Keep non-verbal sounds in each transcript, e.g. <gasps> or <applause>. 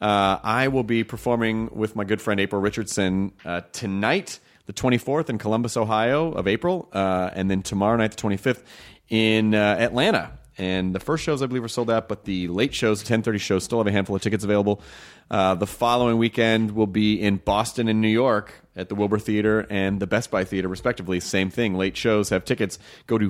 Uh, I will be performing with my good friend April Richardson uh, tonight, the 24th, in Columbus, Ohio, of April, uh, and then tomorrow night, the 25th, in uh, Atlanta. And the first shows, I believe, are sold out, but the late shows, 10.30 shows, still have a handful of tickets available. Uh, the following weekend will be in Boston and New York at the Wilbur Theater and the Best Buy Theater, respectively. Same thing. Late shows have tickets. Go to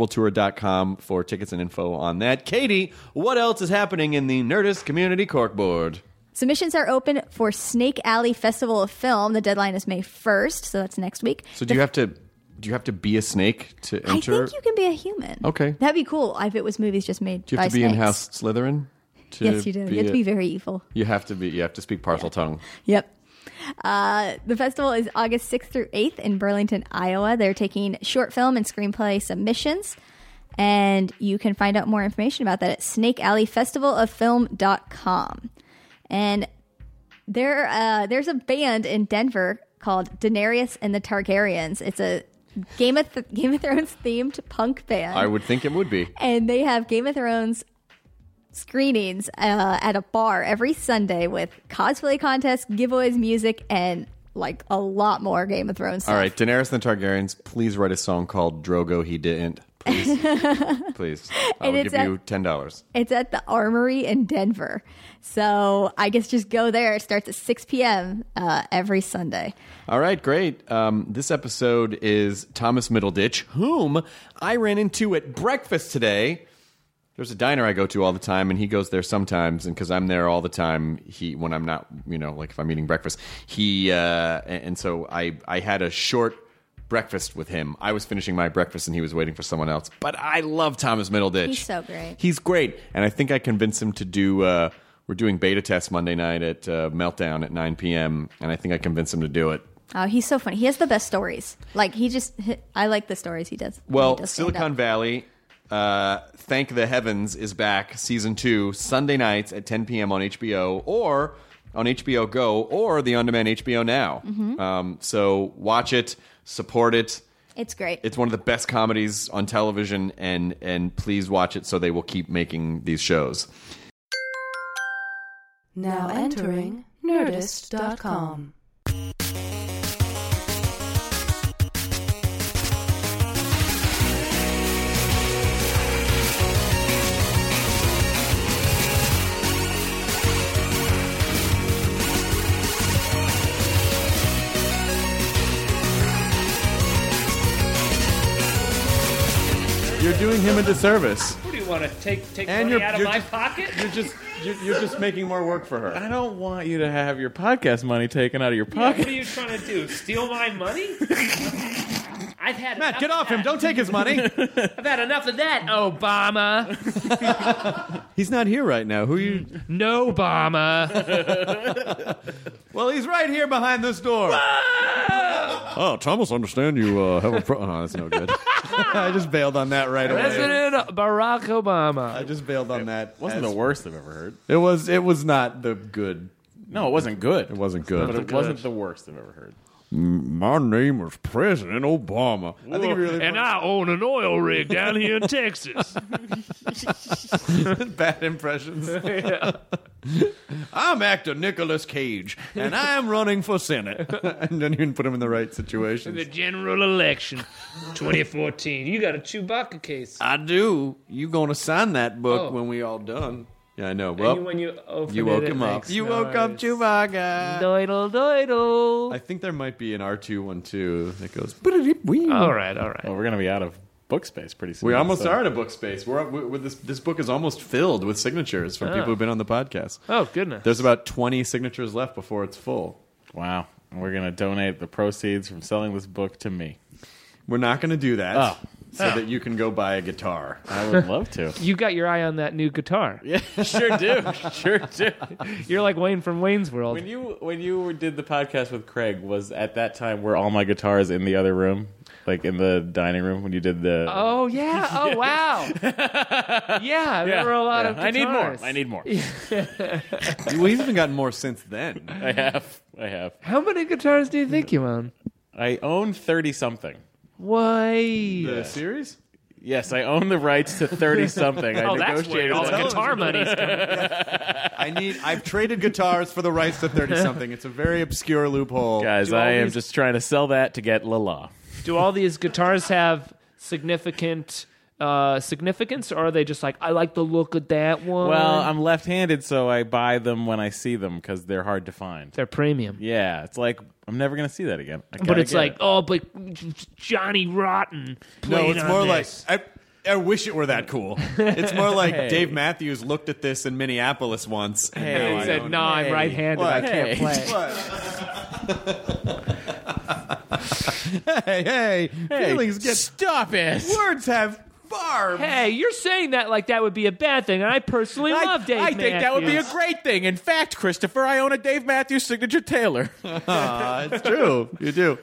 funcomfortabletour.com for tickets and info on that. Katie, what else is happening in the Nerdist Community Corkboard? Submissions are open for Snake Alley Festival of Film. The deadline is May 1st, so that's next week. So do you have to do you have to be a snake to I enter? think you can be a human. Okay. That'd be cool if it was movies just made do you by have to be snakes. in House Slytherin? To Yes, you do. You have to a- be very evil. You have to be. You have to speak parcel tongue. Yep. Uh, the festival is August 6th through 8th in Burlington, Iowa. They're taking short film and screenplay submissions. And you can find out more information about that at snakealleyfestivalofilm.com. And there, uh, there's a band in Denver called Daenerys and the Targaryens. It's a Game of, Th- Game of Thrones themed punk band I would think it would be. and they have Game of Thrones screenings uh, at a bar every Sunday with cosplay contests, giveaways, music, and like a lot more Game of Thrones. All stuff. right, Daenerys and the Targaryens, please write a song called "Drogo He Didn't." Please, <laughs> please. I And will it's give at- you ten dollars. It's at the Armory in Denver, so I guess just go there. It starts at six p.m. Uh, every Sunday. All right, great. Um, this episode is Thomas Middleditch, whom I ran into at breakfast today. There's a diner I go to all the time, and he goes there sometimes. And because I'm there all the time, he when I'm not, you know, like if I'm eating breakfast, he uh, a- and so I I had a short breakfast with him. I was finishing my breakfast, and he was waiting for someone else. But I love Thomas Middleditch. He's so great. He's great, and I think I convinced him to do. Uh, we're doing beta tests Monday night at uh, Meltdown at 9 p.m., and I think I convinced him to do it. Oh, he's so funny. He has the best stories. Like he just, I like the stories he does. when he Well, does stand Silicon up. Valley, uh, Thank the Heavens is back, season two, Sunday nights at 10 p.m. on HBO or on HBO Go or the on demand HBO Now. Mm-hmm. Um, so watch it, support it. It's great. It's one of the best comedies on television, and, and please watch it so they will keep making these shows. Now entering Nerdist.com. You're doing him a disservice. What do you want to take take And money you're- out of you're my just- pocket? You're just, you're, you're just making more work for her. I don't want you to have your podcast money taken out of your Yeah, what pocket. are <laughs> you trying to do? Steal my money? I've had Matt, enough get of off him. that. Don't take his <laughs> money. I've had enough of that, Obama. he's not here right now. Who you? No, Obama. Well, he's right here behind this door. oh, Thomas, understand you uh, have a pro. <laughs> Oh, that's no good. I just bailed on that right away. President Barack Obama. I just bailed on that. Wasn't the worst I've ever heard. It was. It was not the good. No, it wasn't good. It wasn't But good. it wasn't the worst I've ever heard. My name was President Obama. I think it really was I own an oil rig down here in Texas. bad impressions. <laughs> I'm actor Nicolas Cage, and I'm running for senate. <laughs> and then you can put him in the <laughs> right the situation. general election 2014. You got a Chewbacca case. I do. You gonna sign that book Oh. when we all done? Yeah, I know. And Well, you- when you opened You it, woke it him up. makes You woke up noise. Chewbacca. Doidle doidle. I think there might be an R212 that goes. "Boop-a-dee-wee." All right, all right. Well, we're gonna be out of book space pretty soon. We almost so- are at a book space. We're, we we're this, this book is almost filled with signatures from people who've been on the podcast. Oh goodness. There's about 20 signatures left before it's full. Wow. And we're gonna donate the proceeds from selling this book to me. We're not going to do that Oh. so that you can go buy a guitar. <laughs> I would love <laughs> to. you got your eye on that new guitar. yeah, sure do. <laughs> Sure do. You're like Wayne from Wayne's World. When you when you did the podcast with Craig, was at that time were all my guitars in the other room, like in the dining room when you did the? Oh <laughs> yeah! Oh wow! <laughs> yeah, there were a lot yeah. of. I need more. guitars. I <laughs> need more. well, he's even gotten more since then. I have. I have. How many guitars do you think you own? I own thirty something. Why? The series? Yes, I own the rights to thirty something. I oh, that's where negotiated all the that. guitar money's coming. I need. I've traded guitars for the rights to 30 something. It's a very obscure loophole. Guys, Do all I am these- just trying to sell that to get Lala. Do all these guitars have significant uh, significance, or are they just like I like the look of that one? Well, I'm left-handed, so I buy them when I see them because they're hard to find. they're premium. Yeah, it's like I'm never gonna see that again. I But gotta it's get like, it. oh, but Johnny Rotten. No, played it's on more this. like I, I wish it were that cool. It's more <laughs> like Dave Matthews looked at this in Minneapolis once. and now Hey, I he said, own "No, I'm right-handed. I can't play." it." <laughs> hey, hey, oh, feelings <laughs> get stop it. words have barbs. Hey, you're saying that like that would be a bad thing, and I personally I, love Dave I think that would be a Matthews. great thing. In fact, Christopher, I own a Dave Matthews <laughs> signature Taylor. Aw, it's true, you do.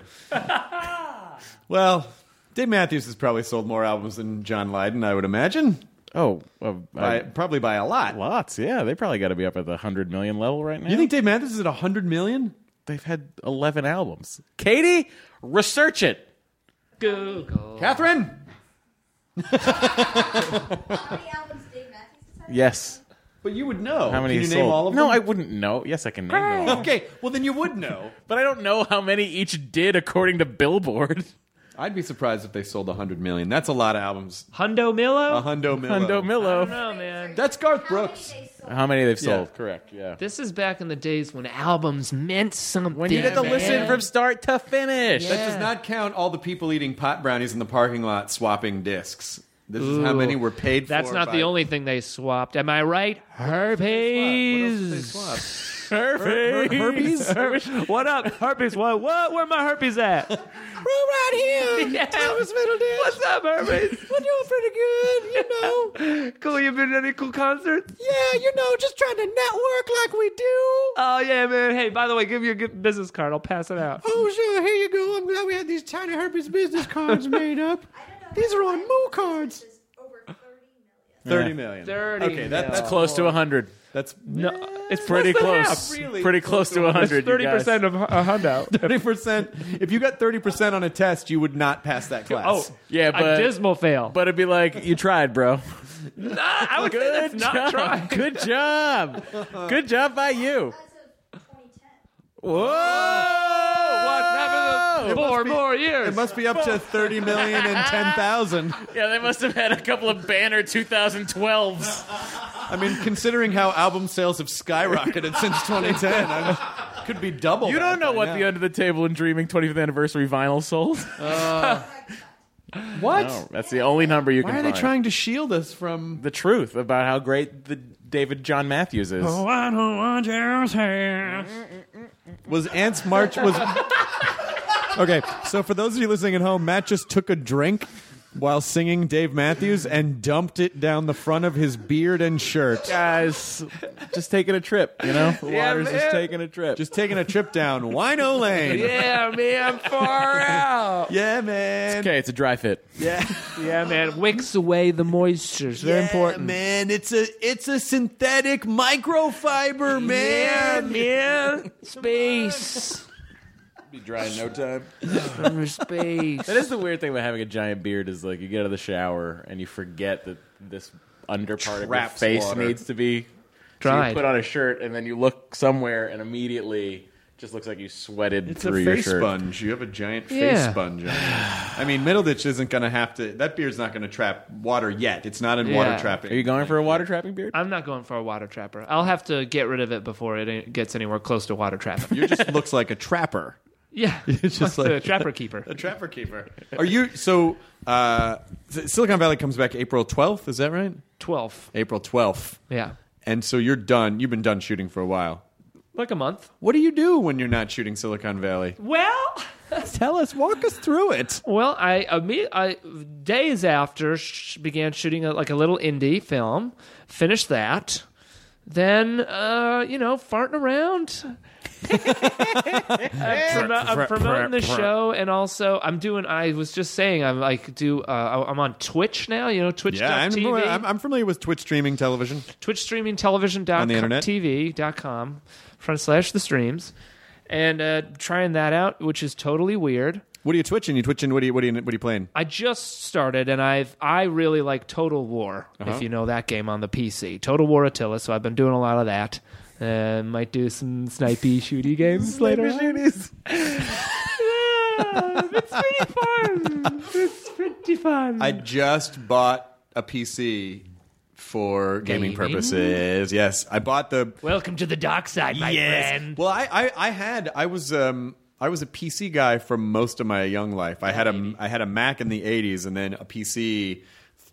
well, Dave Matthews has probably sold more albums than John Lydon, I would imagine. oh, uh, By, I- probably by a lot. lots. Yeah, they probably got to be up at the hundred million level right now. You think Dave Matthews is at 100 million? they've had eleven albums? Katie, research it. Google. Catherine? Yes. But you would know. How many Can you he name sold? all of no, them? I wouldn't know. Yes, I can name them. <laughs> all. Okay, well then you would know. But I don't know how many each did according to Billboard. I'd be surprised if they sold 100 million. That's a lot of albums. Hundo Millo. A Uh-huh. hundo million. Hundo I Millo. don't know, man. That's Garth Brooks. How many they've sold? Yeah. Correct. Yeah. This is back in the days when albums meant something. When you get to man. listen from start to finish. That does not count all the people eating pot brownies in the parking lot swapping discs. This is how many were paid for. That's not by- the only thing they swapped. Am I right? Herpes. What else Herpes. herpes? What up? Herpes. What? What? Where my herpes <laughs> at? right here. Thomas What's up, herpes? We're doing pretty good, you <laughs> know. cool. You been to any cool concerts? Yeah, you know, just trying to network like we do. Oh yeah, man. Hey, by the way, give me your good business card. I'll pass it out. Oh, sure. Here you go. I'm glad we had these China herpes <laughs> business cards made up. These are on Moo cards. <laughs> Thirty million. 30 Okay, that, million. that's Close to 100. That's No, it's Pretty less than close. half. really Pretty close close to to 100. That's you thirty guys. percent of a a <laughs> <laughs> handout. thirty percent. If you got thirty percent on a test, you would not pass that class. Oh, Yeah, a but- dismal fail. But it'd be like, you tried, bro. I would say that's not trying. Good job. Good job by you. Whoa! What's happened in four more years? It must be up to thirty million and ten thousand. Yeah, they must have had a couple of banner 2012s. I mean, considering how album sales have skyrocketed since 2010, I could be double. that You don't know by what now. the Under the Table and Dreaming 25th Anniversary vinyl sold. what? No, Oh, that's the only number you can Why are they find. trying to shield us from? the truth about how great the David John Matthews is. Oh, I don't want your hands. Was Ants March was Okay, so for those of you listening at home, Matt just took a drink while singing Dave Matthews and dumped it down the front of his beard and shirt. Guys, just taking a trip, you know? The Yeah, water's man. just taking a trip. Just taking a trip down Wino Lane. yeah, man, <laughs> far out. Yeah, man. okay, it's a dry fit. Yeah, man, wicks away the moisture. It's very Yeah, important. man. It's a it's a synthetic microfiber, Yeah, man. man, space. Be dry in no time. From space. That is the weird thing about having a giant beard is like you get out of the shower and you forget that this under part of your Traps face water. needs to be So you Dried. put on a shirt and then you look somewhere and immediately just looks like you sweated It's a through face your shirt. sponge. You have a giant face Yeah. sponge on you. I mean, Middleditch isn't going to have to. That beard's not going to trap water yet. It's not in water Yeah. trapping. Are you going for a water trapping beard? <laughs> I'm not going for a water trapper. I'll have to get rid of it before it gets anywhere close to water <laughs> trapping. You just looks like a trapper. <laughs> yeah, It's just the like- trapper keeper. A trapper keeper. Are you so? Uh, S- Silicon Valley comes back April twelfth. Is that right? <laughs> Twelve. April twelfth. Yeah, And so you're done. You've been done shooting for a while. like a month. What do you do when you're not shooting Silicon Valley? Well. Tell us. Walk us through it. Well, I, imme- I days after sh- began shooting a, like a little indie film, finished that, then uh, you know <laughs> farting around. I'm, promo- I'm promoting the show, and also I'm doing. I was just saying, I'm like do. Uh, I- I'm on Twitch now. You know, Twitch. Yeah, I'm, TV, I'm, I'm familiar with Twitch streaming television. Twitch streaming television On the internet? TV.com front slash the streams, and uh, trying that out, which is totally weird. What are you twitching? You twitching? What are you? What are you? What are you playing? I just started, and I've I really like Total War. Uh-huh. If you know that game on the PC, Total War Attila. So I've been doing a lot of that, and might do some <laughs> snipey shooty games later. on. Yeah, it's pretty fun. It's pretty fun. I just bought a PC for gaming, Gaming? purposes. Yes, I bought the Welcome to the dark side, my friend. Well, I, I, I had I was um I was a PC guy for most of my young life. I had a I had a Mac in the '80s and then a PC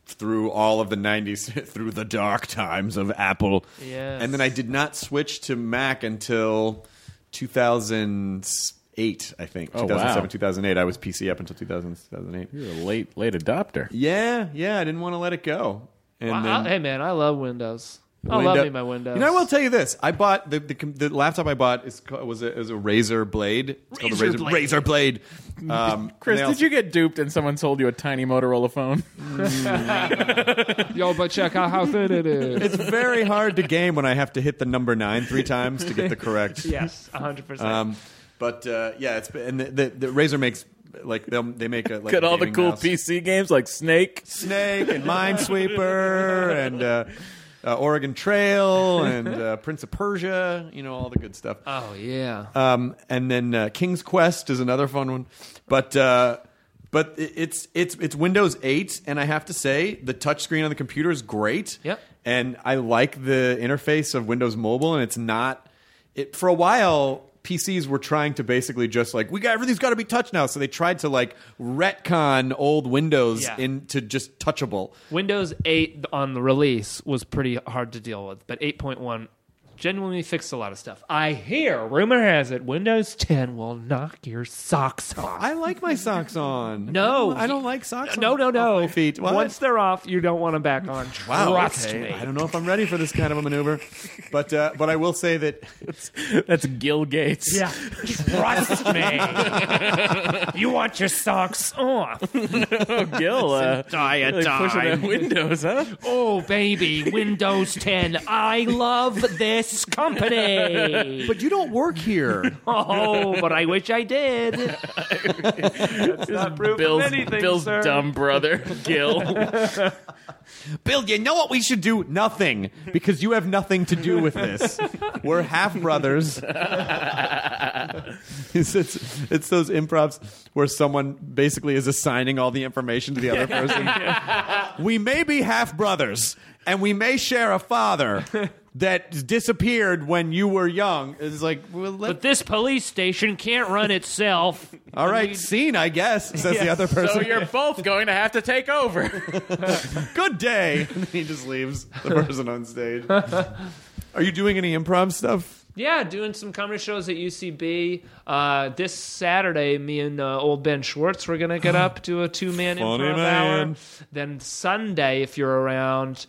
through all of the '90s <laughs> through the dark times of Apple. Yes. And then I did not switch to Mac until 2008, I think. Oh, wow. 2007, 2008. I was PC up until 2000, 2008. You're a late late adopter. Yeah, yeah. I didn't want to let it go. And Wow, then- hey man, I love Windows. I love Window- me my Windows. You know, I will tell you this: I bought the the, com- the laptop I bought is ca- was a, is a Razor Blade. It's called a Razor Razor Blade. Razor <laughs> Blade. Um, Chris, and they did you get duped and someone sold you a tiny Motorola phone? Yo, but check out how thin <laughs> it is. also- It's very hard to game when I have to hit the number nine three times to get the <laughs> correct. yes, hundred percent. Um, but uh, yeah, it's and the, the, the Razor makes like they'll, they make a like Got a all the gaming cool mouse. PC games like Snake. <laughs> Snake and Minesweeper and. Uh, uh, Oregon Trail and uh, Prince of Persia, you know all the good stuff. oh yeah. Um, and then uh, King's Quest is another fun one, but uh, but it- it's it's it's Windows 8, and I have to say the touchscreen on the computer is great. Yep. And I like the interface of Windows Mobile, and it's not. It for a while. PCs were trying to basically just like we got everything's got to be touch now, so they tried to like retcon old Windows Yeah. into just touchable. Windows 8 on the release was pretty hard to deal with, but 8.1 genuinely fixed a lot of stuff. I hear, rumor has it, Windows 10 will knock your socks off. I like my socks on. no, I don't like socks. No, on- no, off no. my feet. What? Once they're off, you don't want them back on. Trust okay. me. I don't know if I'm ready for this kind of a maneuver, but uh, but I will say that That's Gil Gates. Yeah, trust me. <laughs> you want your socks off? <laughs> Oh, Gil. Uh, Diet really pushing time. that Windows, huh? Oh, baby, Windows 10. I love this company. but you don't work here. Oh, but I wish I did. That's not proof Bill's, of anything, Bill's sir. dumb <laughs> brother, Gil. <laughs> Bill, you know what we should do? Nothing, because you have nothing to do with this. <laughs> We're half <laughs> brothers. it's, it's, it's those improvs where someone basically is assigning all the information to the other <laughs> person. we may be half brothers, and we may share a father. That disappeared when you were young. It's like, well, let, But this police station can't run itself. all right, scene, I guess, says Oh, <laughs> the other person. so you're both going to have to take over. <laughs> good <laughs> <laughs> day. And he just leaves the person on stage. Are you doing any improv stuff? Yeah, doing some comedy shows at UCB. Uh, this Saturday, me and uh, old Ben Schwartz we're <gasps> gonna get up do a two man Funny improv man. hour. Then Sunday, if you're around,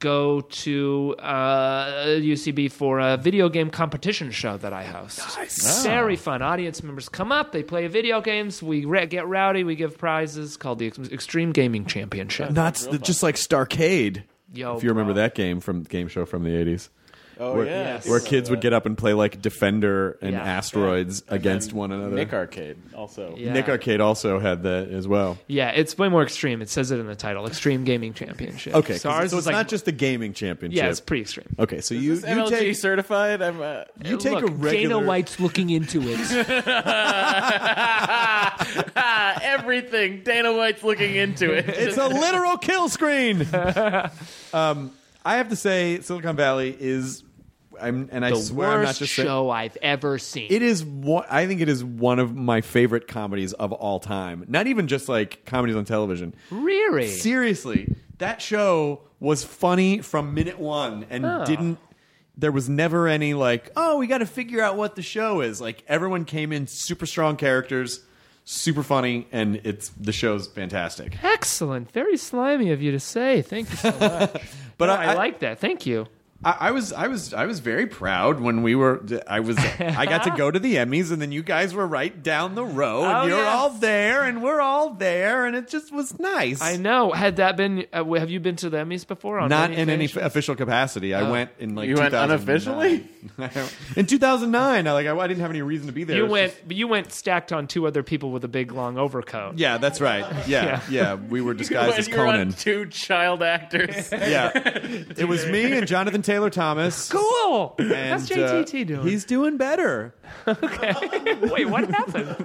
go to uh, UCB for a video game competition show that I host. Very fun. Audience members come up, they play video games, we re- get rowdy, we give prizes called the Ex- Extreme Gaming Championship. That's the, just like Starcade. Yo, if you remember bro. that game from game show from the 80s. Oh where, yeah, where kids would get up and play like Defender and Yeah. Asteroids against one another. Nick Arcade also. Yeah. Nick Arcade also had that as well. Yeah, it's way more extreme. It says it in the title, Extreme Gaming Championship. Okay, 'cause- so so, ours it's is like not just the gaming championship. yeah, it's pretty extreme. okay, so you Is this you MLG take certified? I'm. Uh, you take Look, a regular Dana White's looking into <laughs> it. <laughs> everything. Dana White's looking into it. It's a literal kill <laughs> screen. um, I have to say, Silicon Valley is, I'm, and I the swear I'm not worst just saying- show I've ever seen. It is one. I think it is one of my favorite comedies of all time. Not even just like comedies on television. really? Seriously, that show was funny from minute one and didn't. There was never any like, oh, we got to figure out what the show is. Like everyone came in super strong characters, super funny, and it's the show's fantastic. Excellent. Very slimy of you to say. Thank you so much. But <laughs> No, I- Oh, I, I- like that. Thank you. I, I was I was I was very proud when we were I was I got to go to the Emmys and then you guys were right down the row and Oh, you're yes. all there and we're all there and it just was nice. I know. Had that been, uh, have you been to the Emmys before? On Not in any occasion? official capacity. I Oh. went in like You went 2009. <laughs> in 2009. I like I, I didn't have any reason to be there. You It's went, just- you went stacked on two other people with a big long overcoat. yeah, that's <laughs> right. Yeah, yeah. We were disguised as Conan. two child actors. yeah, it was me and Jonathan Taylor Thomas. <laughs> Cool. And, How's JTT uh, doing? He's doing better. Wait, what <laughs> happened?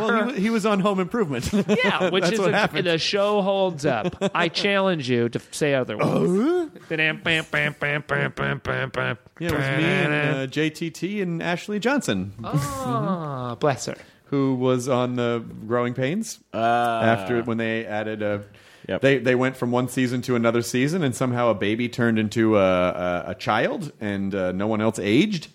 Well, he, wa- he was on Home Improvement. Yeah, which That's is what a, happened. the show holds up. I challenge you to say Oh, otherwise. <laughs> <laughs> Yeah, it was me and uh, JTT and Ashley Johnson, Oh. Ah, bless her. who was on the Growing Pains Uh, after when they added a. Ah. Yep. They they went from one season to another season, and somehow a baby turned into a a, a child, and uh, no one else aged,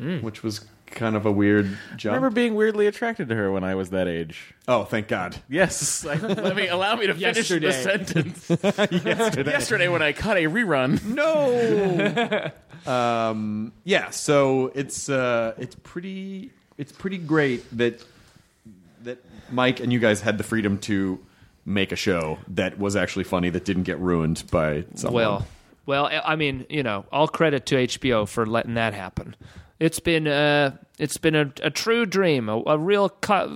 which was kind of a weird I jump. Hmm. remember being weirdly attracted to her when I was that age. oh, thank God! <laughs> Yes. I- let me allow me to finish Yesterday. the <laughs> sentence. yesterday. when I caught a rerun. No. um, yeah, so it's uh, it's pretty it's pretty great that that Mike and you guys had the freedom to make a show that was actually funny that didn't get ruined by someone. Well, well, I- I mean, you know, all credit to HBO for letting that happen. It's been uh, it's been a, a true dream, a, a real caught,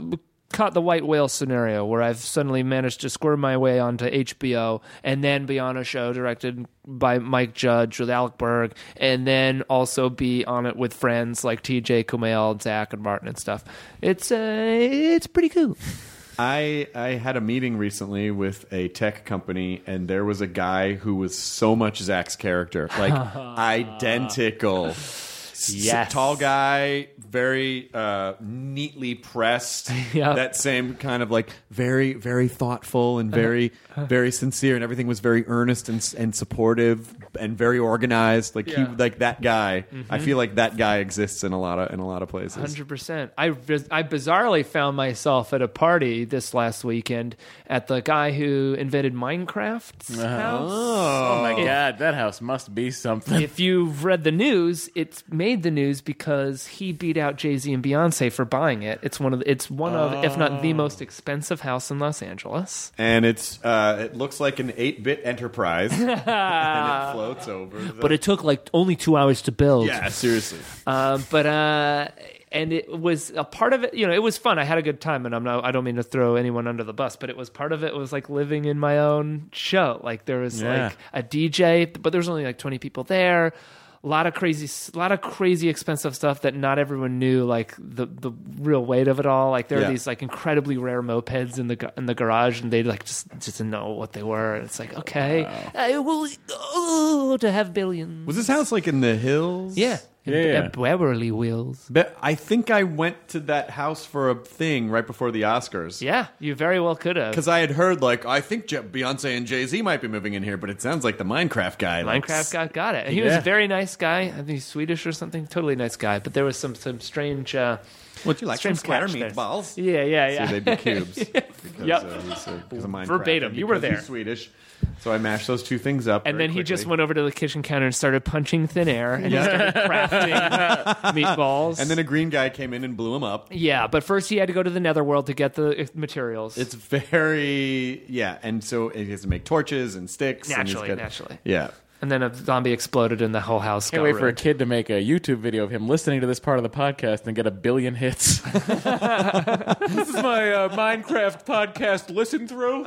caught the white whale scenario where I've suddenly managed to squirm my way onto HBO and then be on a show directed by Mike Judge with Alec Berg, and then also be on it with friends like TJ Kumail and Zach and Martin and stuff. It's uh, it's pretty cool. I I had a meeting recently with a tech company, and there was a guy who was so much Zach's character, <laughs> like identical. S- Yes. tall guy, very uh, neatly <laughs> pressed. Yeah. that same kind of like very very thoughtful <laughs> and very very sincere, and everything was very earnest and s- and supportive and very organized. Like Yeah. Mm-hmm. he like that guy. I feel like that guy exists in a lot of in a lot of places. Hundred percent. I biz- I bizarrely found myself at a party this last weekend at the guy who invented Minecraft's house. Oh my god, that house must be something. If you've read the news, it's made the news because he beat out Jay Z and Beyonce for buying it. It's one of the, it's one of if not the most expensive house in Los Angeles. and it's uh, it looks like an eight bit enterprise, <laughs> and <laughs> it floats over. The, But it took like only two hours to build. yeah, seriously, Um, but uh, and it was a part of it. You know, it was fun. I had a good time, and I'm not. I don't mean to throw anyone under the bus, but it was part of it. Was like living in my own show. Like there was Yeah. like a DJ, but there was only like 20 people there. A lot of crazy, a lot of crazy expensive stuff that not everyone knew. Like the the real weight of it all. Like there Yeah. are these like incredibly rare mopeds in the gu- in the garage, and they like just just didn't know what they were. And it's like okay, I will oh, to have billions. was this house like in the hills? Yeah. Yeah, yeah. Uh, Beverly Wills. But I think I went to that house for a thing right before the Oscars. Yeah, you very well could have. Because I had heard, like, I think Je- Beyonce and Jay Z might be moving in here, but it sounds like the Minecraft guy. like, Minecraft got got it. And he was Yeah. a very nice guy. I think he's Swedish or something. Totally nice guy. But there was some some strange. Uh, Would you like some strange splatter catch there. meatballs? Yeah, yeah, yeah. So they'd <laughs> be cubes. Because, Yep. uh, he's, uh, 'cause of Minecraft. Verbatim. And You were because he's there. Swedish. So I mashed those two things up. and very then he just quickly. went over to the kitchen counter and started punching thin air and he started <laughs> crafting meatballs. And then a green guy came in and blew him up. yeah, but first he had to go to the netherworld to get the uh, materials. It's very yeah, and so he has to make torches and sticks. and he's Naturally, got- naturally. Yeah. and then a zombie exploded and the whole house Can't got wait for a ruined. kid to make a YouTube video of him listening to this part of the podcast and get a <laughs> billion hits. this is my uh, Minecraft podcast listen through.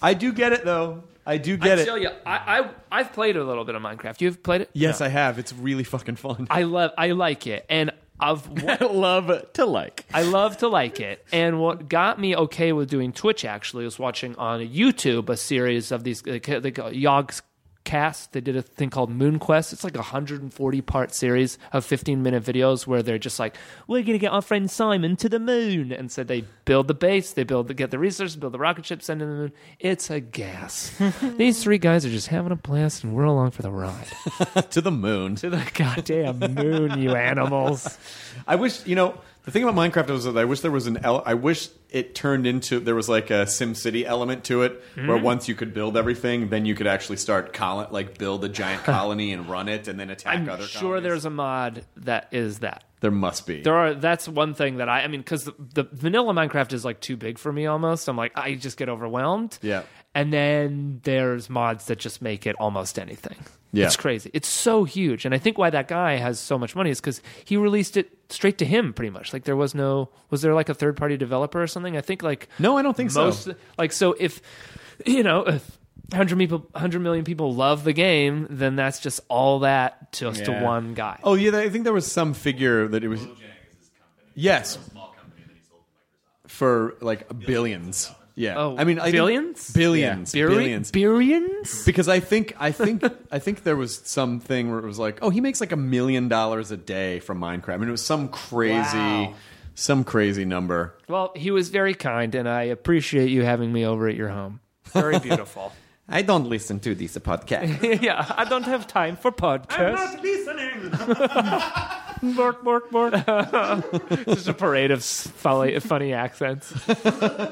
I do get it though. I do get I it. tell you, I, I I've played a little bit of Minecraft. You've played it? Yes, I have. It's really fucking fun. I love I like it. And I've <laughs> Love to like. I love to like it. And what got me okay with doing Twitch actually was watching on YouTube a series of these they ca- they call Yogg's cast they did a thing called moon quest it's like a 140 part series of 15 minute videos where they're just like we're gonna get our friend simon to the moon and so they build the base they build the, get the resources build the rocket ship send it to the moon it's a <laughs> gas these three guys are just having a blast and we're along for the ride <laughs> to the moon. to the goddamn moon you animals <laughs> I wish you know the thing about Minecraft was that I wish there was an ele- I wish it turned into there was like a Sim City element to it where Mm. once you could build everything, then you could actually start colon like build a <laughs> giant colony and run it and then attack I'm other. sure colonies. there's a mod that is that. there must be. There are. That's one thing that I. I mean, because the, the vanilla Minecraft is like too big for me almost. I'm like, I just get overwhelmed. Yeah. And then there's mods that just make it almost anything. Yeah. It's crazy. It's so huge, and I think why that guy has so much money is because he released it straight to him, pretty much. Like there was no. Was there like a third party developer or something? I think like. No, I don't think so. most, Like so, if you know. If, 100 people 100 million people love the game then that's just all that just to Yeah. one guy oh yeah, I think there was some figure that it was. Yes. For like billions. Yeah. Oh, I mean, I think- billions? billions, Billi- billions, Billions? because I think I think I think there was something where it was like, oh, he makes like a million dollars a day from Minecraft. I mean, it was some crazy, some crazy number. Well, he was very kind, and I appreciate you having me over at your home. Very beautiful. I don't listen to these podcasts. <laughs> <laughs> yeah, I don't have time for podcasts. I'm not listening. <laughs> Bork, bork, bork. Just a parade of s- funny, funny accents,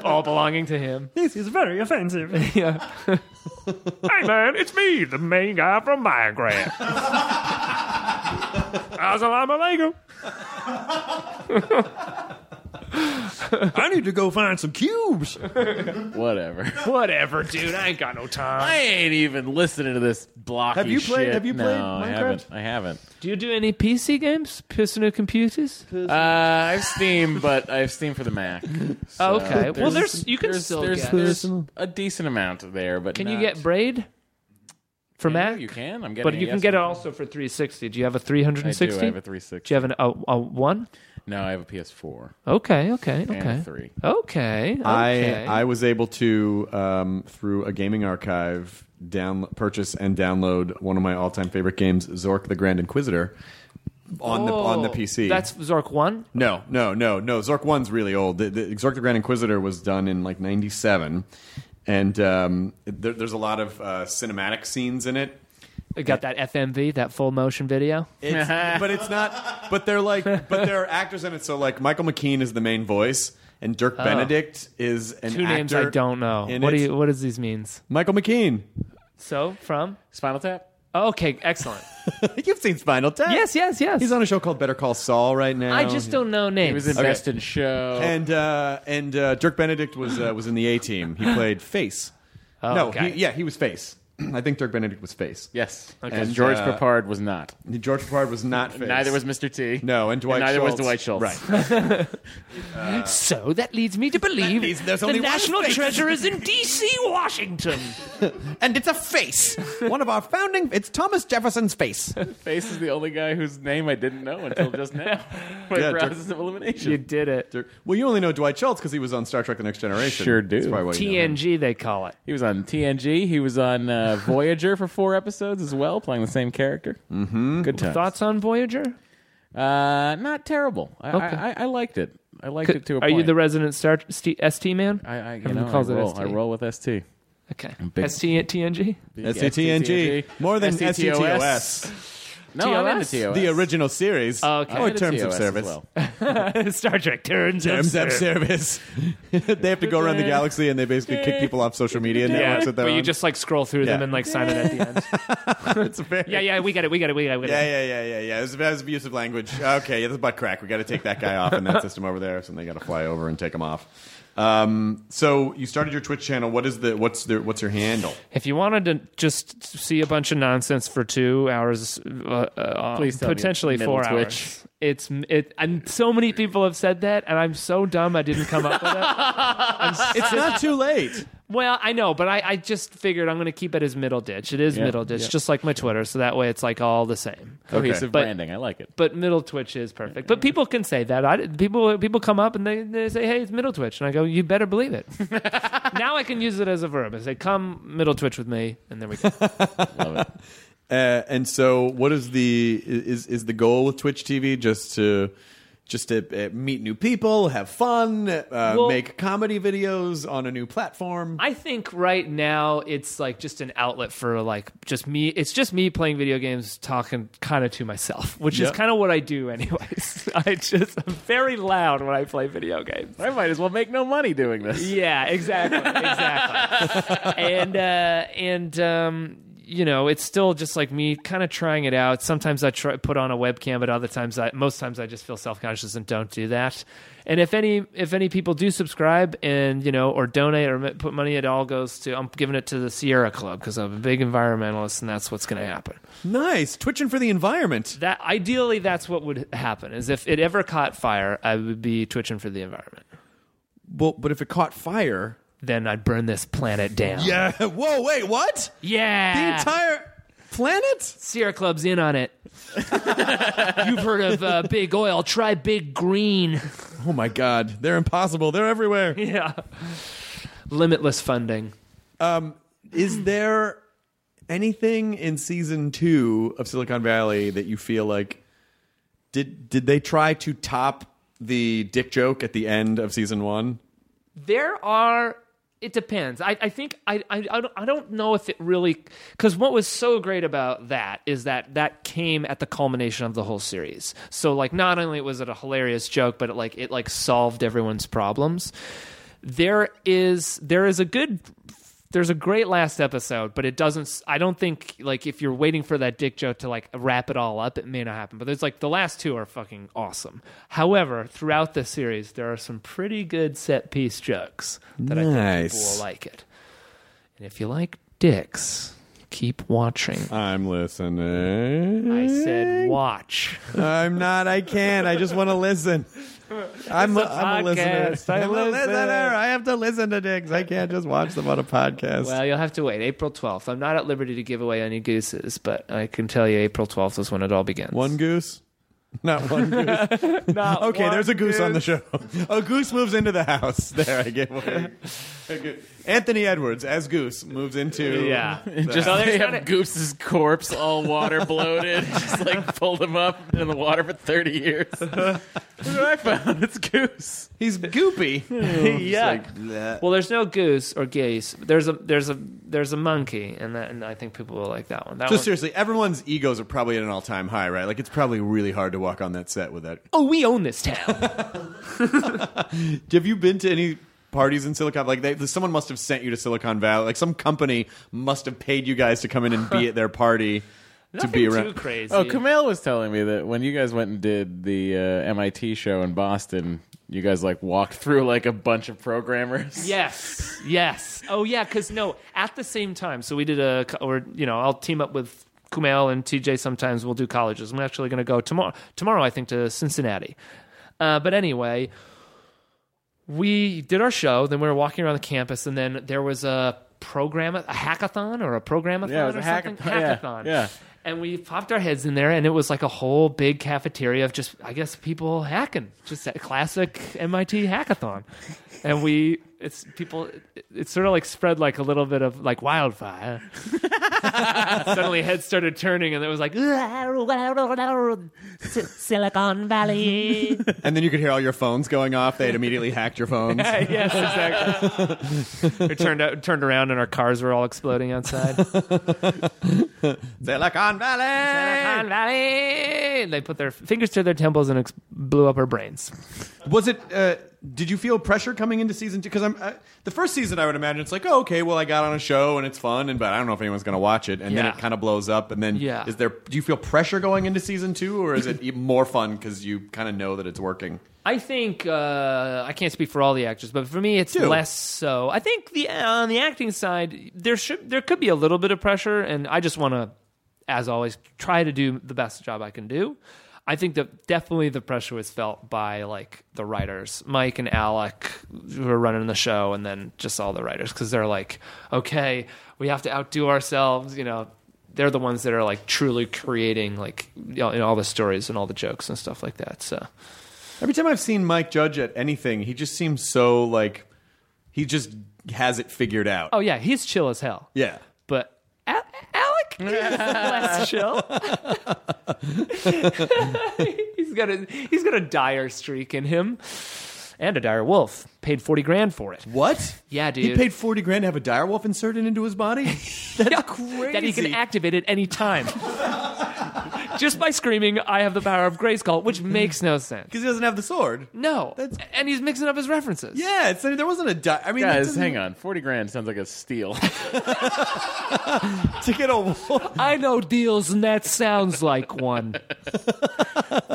<laughs> all belonging to him. This is very offensive. <laughs> Yeah. hey, man, it's me, the main guy from <laughs> Minecraft. Assalamu alaikum. I need to go find some cubes. Whatever. Whatever, dude. I ain't got no time. I ain't even listening to this blocky Have you played- shit. have you No, played I Minecraft? haven't. I haven't. Do you do any PC games? Personal computers? Uh, I've Steam, but I've Steam for <laughs> the Mac. So okay. Well, there's- you can still there's, get there's a decent amount there, but Can you not- get braid for Yeah, Mac? You can. I'm getting. But a you can yes get it from- also for 360. Do you have a I 360? do. I have a 360. Do you have an, a, a one? No, I have a PS4 Okay, okay, okay. and a three. Okay, okay. I I was able to um, through a gaming archive down purchase and download one of my all time favorite games, Zork the Grand Inquisitor, on the on the Oh, PC. That's Zork 1? No, no, no, no. Zork One's really old. The, the, Zork the Grand Inquisitor was done in like '97, and um, there, there's a lot of uh, cinematic scenes in it. It got that FMV, that full motion video. <laughs> It's, but it's not. But they're like. But there are actors in it. So like Michael McKean is the main voice, and Dirk Benedict is an Oh. Two names I actor don't know. in What do it. you what does these means? Michael McKean. So, from? Spinal Tap. Okay, excellent. You've seen Spinal Tap. yes, yes, yes. He's on a show called Better Call Saul right now. I just don't know names. He was in Best in Show. And uh, and uh, Dirk Benedict was uh, was in the A team. He <laughs> played Face. Oh, no, okay. he, yeah, he was Face. <clears throat> I think Dirk Benedict was Face. yes, And, and George uh, Papard was not. George Papard was <laughs> not Face. Neither was Mr. T. No, and Dwight neither Schultz. was Dwight Schultz. Right. <laughs> so that leads me to believe leads- there's the only one national space. treasure is in D.C., Washington. and it's a <laughs> face. One of our founding. It's Thomas Jefferson's face. Face is the only guy whose name I didn't know until just <laughs> now. My Yeah, process of elimination. you did it. well, you only know Dwight Schultz because he was on Star Trek: The Next Generation. Sure do. That's probably why you know him. TNG, they call it. He was on TNG. He was on uh, <laughs> uh, Voyager for four episodes as well, playing the same character. Mm-hmm. Good times. Thoughts on Voyager? Uh, not terrible. I, Okay. I, I, I liked it. I liked it to a Are point. you the resident star, st, ST man? I, I, you Everyone know, calls I it roll. ST. I roll with ST. Okay. big- ST TNG? E SCTNG. More than E E SCTOS. No, I'm into TOS? TOS. The original series. Oh, okay. I'm Or <laughs> into Terms of TOS as Service. <laughs> well. Star Trek turns Terms of service. <laughs> they have to go around the galaxy and they basically kick people off social media networks Yeah, that they're but you on. just like scroll through them Yeah. and like sign it at the end. it's very <laughs> yeah, yeah, we got it, we got it, we got it. We <laughs> got Yeah, it. yeah, yeah, yeah, yeah. It was, that was abusive language. Okay, yeah, that's butt crack. We got to take that guy off in that system over there, so they got to fly over and take him off. Um, so you started your Twitch channel. What is the what's the what's your handle? If you wanted to just see a bunch of nonsense for two hours, uh, uh, Please tell me it's potentially middle four Twitch. hours, it's it. And so many people have said that, and I'm so dumb I didn't come up with <laughs> it. It's not too late. Well, I know, but I, I just figured I'm going to keep it as middle ditch. It is Yeah, middle ditch, yeah. just like my Twitter, so that way it's like all the same. Cohesive But- branding. I like it. But middle twitch is perfect. But people can say that. I, people people come up and they, they say, "Hey, it's middle twitch," and I go, "You better believe it." <laughs> now I can use it as a verb. I say, "Come middle twitch with me," and there we go. Uh, and so, what is the is is the goal with Twitch TV just to just to uh, meet new people, have fun, uh, Well- make comedy videos on a new platform? I think right now it's like just an outlet for like just me. It's just me playing video games, talking kind of to myself, which Yeah. is kind of what I do, anyways. <laughs> I just I'm very loud when I play video games. I might as well make no money doing this. <laughs> Yeah, exactly, exactly. and uh, and um, you know, it's still just like me, kind of trying it out. Sometimes I try put on a webcam, but other times, I most times I just feel self conscious and don't do that. And if any if any people do subscribe and you know or donate or m- put money, it all goes to I'm giving it to the Sierra Club because I'm a big environmentalist, and that's what's going to happen. nice twitching for the environment. That ideally, that's what would happen. Is if it ever caught fire, I would be twitching for the environment. Well, but if it caught fire, Then I'd burn this planet down. yeah. <laughs> Whoa, wait, what? The yeah. entire planet? Sierra Club's in on it. <laughs> You've heard of uh, Big Oil. Try Big Green. Oh my God, they're impossible. They're everywhere. Yeah. Limitless funding. Hmm. Is there anything in season two of Silicon Valley that you feel like did did they try to top the dick joke at the end of season one? There are. It depends. I, I think I, I I don't- I don't know if it really because what was so great about that is that that came at the culmination of the whole series. So like not only was it a hilarious joke, but it like it like solved everyone's problems. There is there is a good there's a great last episode, but it doesn't. I don't think like if you're waiting for that dick joke to like wrap it all up, it may not happen. But there's like the last two are fucking awesome. However, throughout the series, there are some pretty good set piece jokes that I think people Nice. will like it. And if you like dicks, keep watching. I'm listening. I said watch. I'm not. I can't. I just want to listen. I'm a, I'm a listener. podcast. I I'm a listen. listener. I have to listen to dicks. I can't just watch them on a podcast. Well, you'll have to wait. April 12th. I'm not at liberty to give away any gooses, but I can tell you April 12th is when it all begins. <laughs> one goose. Not one goose. Okay, there's a goose on the show. A goose moves into the house. <laughs> There, I get one. A goo- Anthony Edwards as Goose moves into. Yeah. Just No, they there's have not a- Goose's corpse all water bloated. <laughs> just like pulled him up in the water for thirty years. <laughs> Look what I found. It's Goose. he's goopy. <laughs> yeah. Well, there's no goose or geese. but There's a there's a there's a monkey, and that, and I think people will like that one. That Just one. seriously, everyone's egos are probably at an all-time high, right? Like it's probably really hard to walk on that set with that. Oh, we own this <laughs> town. Have you been to any parties in Silicon? Like, they, someone must have sent you to Silicon Valley. Like some company must have paid you guys to come in and <laughs> be at their party to Nothing be too around. crazy. Oh, Camille was telling me that when you guys went and did the uh, MIT show in Boston, you guys like walked through like a bunch of programmers. Yes, yes. Oh yeah, because no, at the same time. So we did a, co- or you know, I'll team up with Kumail and TJ. Sometimes we'll do colleges. I'm actually going to go tomorrow. Tomorrow, I think to Cincinnati. Uh, but anyway, we did our show. Then we were walking around the campus, and then there was a program, a hackathon or a programathon Yeah, it was or a something. hackathon. Yeah, yeah. And we popped our heads in there, and it was like a whole big cafeteria of just, I guess, people hacking, just that classic MIT hackathon. And we, it's people, it, it sort of like spread like a little bit of like wildfire. <laughs> Suddenly, heads started turning, and it was like Silicon Valley. And then you could hear all your phones going off. They had immediately hacked your <laughs> phones. yes, exactly. we turned out, turned around, and our cars were all exploding outside. Silicon Valley. Silicon Valley. And They put their fingers to their temples and ex- blew up our brains. Was it? Uh, did you feel pressure coming into season two? Because I'm uh, the first season. I would imagine it's like, oh, okay, well, I got on a show and it's fun, and but I don't know if anyone's going to watch it, and then Yeah. it kind of blows up, and then Yeah. is there? Do you feel pressure going into season two, or is it even more fun because you kind of know that it's working? I think uh, I can't speak for all the actors, but for me, it's Dude. less so. I think the uh, on the acting side, there should there could be a little bit of pressure, and I just want to, as always, try to do the best job I can do. I think that definitely the pressure was felt by like the writers, Mike and Alec, who are running the show, and then just all the writers because they're like, okay, we have to outdo ourselves, you know. They're the ones that are like truly creating like you know, in all the stories and all the jokes and stuff like that. So Every time I've seen Mike Judge at anything, he just seems so like he just has it figured out. Oh yeah, he's chill as hell. Yeah. But Al- <laughs> Alec is less chill. he's got a he's got a dire streak in him, and a dire wolf. Paid forty grand for it. What? Yeah, He dude. paid forty grand to have a direwolf inserted into his <laughs> body. That's <laughs> crazy. That he can activate at <laughs> any time. Just by screaming, "I have the power of Grayskull," which makes no sense. because he doesn't have the sword. No, That's- and he's mixing up his references. Yeah, it's, there wasn't a. Di- I mean, it Guys, doesn't- hang on. Forty grand sounds like a steal. <laughs> to get a wolf. I know deals, and that sounds like one.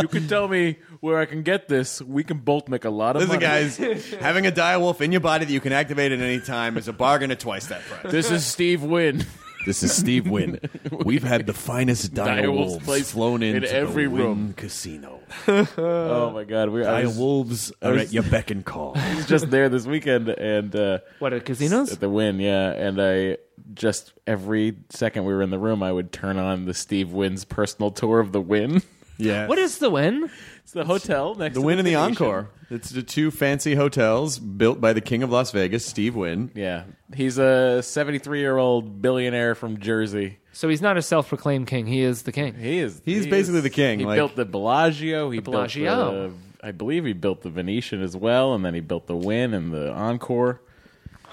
you can tell me where I can get this. We can both make a lot of Listen, money. guys, having a direwolf in your body that you can activate at any time is a bargain at twice that price. This is Steve Wynn. <laughs> This is Steve <laughs> Wynn. We've had the finest Direwolves direwolves placed flown in into the every Wynn room. casino. <laughs> Oh my God, we I was wolves are at your beck and call. <laughs> just there this weekend and uh, What at casinos? at the Wynn, yeah. And I just every second we were in the room, I would turn on the Steve Wynn's personal tour of the Wynn. <laughs> Yeah. What is the win? It's the hotel next. the to Wynn and the Venetian. Encore? It's the two fancy hotels built by the king of Las Vegas, Steve Wynn. Yeah, he's a 73 year old billionaire from Jersey. So he's not a self-proclaimed king. He is the king. He is. He's he basically is- the king, He like- built the Bellagio. He Bellagio. built the. I believe he built the Venetian as well, and then he built the Wynn and the Encore.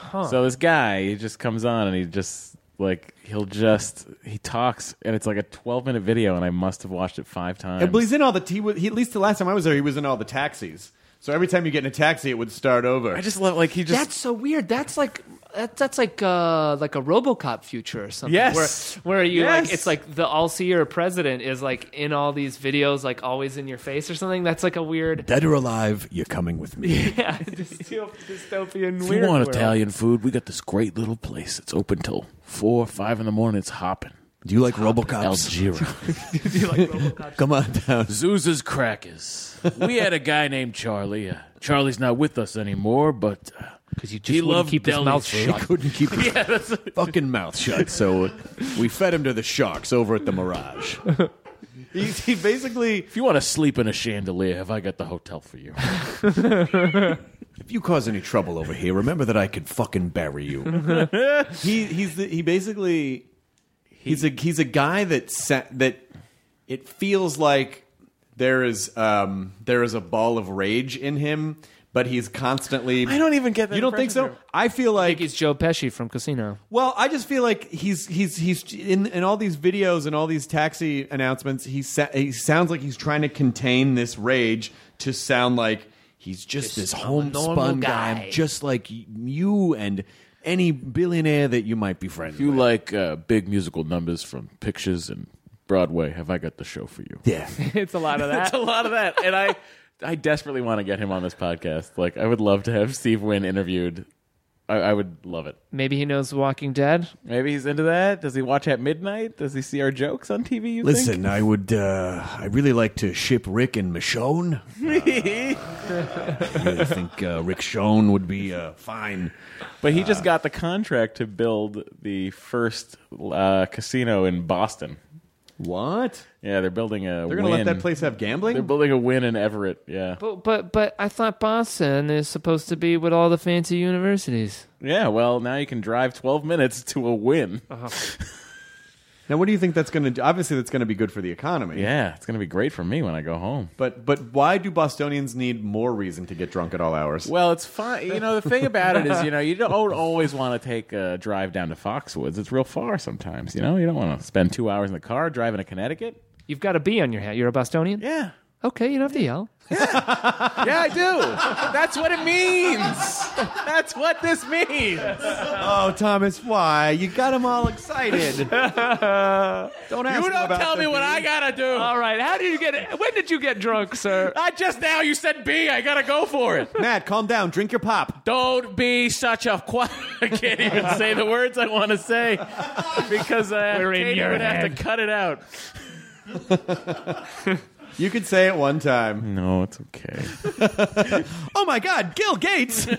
So this guy, he just comes on and he just like he'll just he talks, and it's like a 12 minute video, and I must have watched it five times. Yeah, but he's in all the he, was- he at least the last time I was there, he was in all the taxis. So every time you get in a taxi, it would start over. I just love like he just That's so weird. That's like that's that's like uh like a RoboCop future or something. Yes. Where where you Yes. like it's like the all-seer president is like in all these videos like always in your face or something. That's like a weird Dead or alive, you're coming with me. <laughs> yeah, dystop- dystopian If weird you want world. Italian food, we got this great little place. It's open till four, five in the morning. It's hopping. Do you like Al Robocops? <laughs> <laughs> Giro. Come on down. Zuza's Crackers. We had a guy named Charlie. Uh, Charlie's not with us anymore, but uh, Because you he just want loved to keep his deli mouth food. shut. Couldn't <laughs> keep his fucking mouth shut, so we fed him to the sharks over at the Mirage. <laughs> he, he basically if you want to sleep in a chandelier, have I got the hotel for you? If you cause any trouble over here, remember that I can fucking bury you. <laughs> he he's the, he basically he's a he's a guy that sa- that it feels like there is um there is a ball of rage in him, but he's constantly. I don't even get that You don't think so? impression I feel I like think he's Joe Pesci from Casino. well, I just feel like he's he's he's in in all these videos and all these taxi announcements. He sa- he sounds like he's trying to contain this rage to sound like he's Just just this this. homespun guy. I'm guy. just like y- you and any billionaire that you might be friends You <laughs> with. like uh, big musical numbers from pictures and Broadway. Have I got the show for you? Yeah. It's a lot of It's <laughs> a that. lot of that, and I, I desperately want to get him on this podcast. Like, I would love to have Steve Wynn interviewed. I, I would love it. <laughs> Maybe he knows Walking Dead. Maybe he's into that. Does he watch at midnight? Does he see our jokes on TV? You Listen, I would. Uh, I really like to ship Rick and Michonne. Uh, think? I really think uh, Rick Shone would be uh, fine. But he just got the contract to build the first uh, casino in uh, Boston. What? Yeah, they're building a. They're going to let win. that place have gambling? They're building a win in Everett. Yeah. But but but I thought Boston is supposed to be with all the fancy universities. Yeah. Well, now you can drive 12 minutes to a win. Uh-huh. now, what do you think that's going to do? Obviously, that's going to be good for the economy. Yeah, it's gonna be great for me when I go home. But but why do Bostonians need more reason to get drunk at all hours? Well, it's fine. You know, the thing about it is, you know, you don't always want to take a drive down to Foxwoods. It's real far sometimes. You know, you don't want to spend two hours in the car driving to Connecticut. You've got a B on your hat. You're a Bostonian. Yeah. Okay, you don't have to yell. Yeah, I do. That's what it means. That's what this <laughs> means. oh, Thomas, why you got them all <laughs> excited? don't ask You them don't about tell the me what bees. I gotta do. Uh, All right. How did you get? When did you get drunk, sir? I just now you said B. I gotta go for it. Matt, calm down. Drink your pop. Don't be such a qu- <laughs> I can't even say the words I want to say because uh, We're in Katie your would have head. to cut it out. You could say it one time. No, it's okay. Oh my God, Gil Gates. <laughs> Have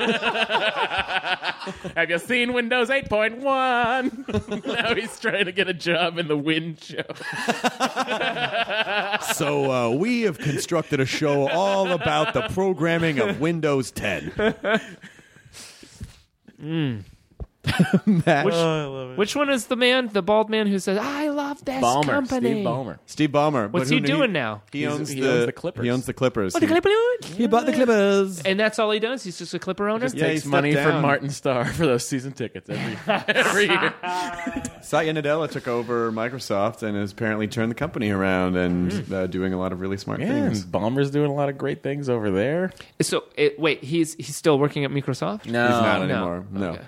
you seen Windows 8.1? <laughs> now he's trying to get a job in the Win show. So uh, we have constructed a show all about the programming of Windows <laughs> 10. Hmm. <laughs> Matt. Which one is the man, the bald man who says, "I love this company"? Steve Ballmer. Steve Ballmer. What's But who he knew- doing now? Oh, He He's- owns, he the, owns the Clippers. He owns the Clippers. the He- Clipper- He bought the Clippers. And that's all he does. He's just a Clipper owner. Yeah, he Takes stepped money down. from Martin Starr for those season tickets <laughs> every, every year. Satya Nadella took over Microsoft and has apparently turned the company around Hmm. and uh, doing a lot of really smart Yeah, things. and Ballmer's doing a lot of great things over there. So it, wait, he's he's still working at Microsoft. No, He's not no. anymore. No. Okay.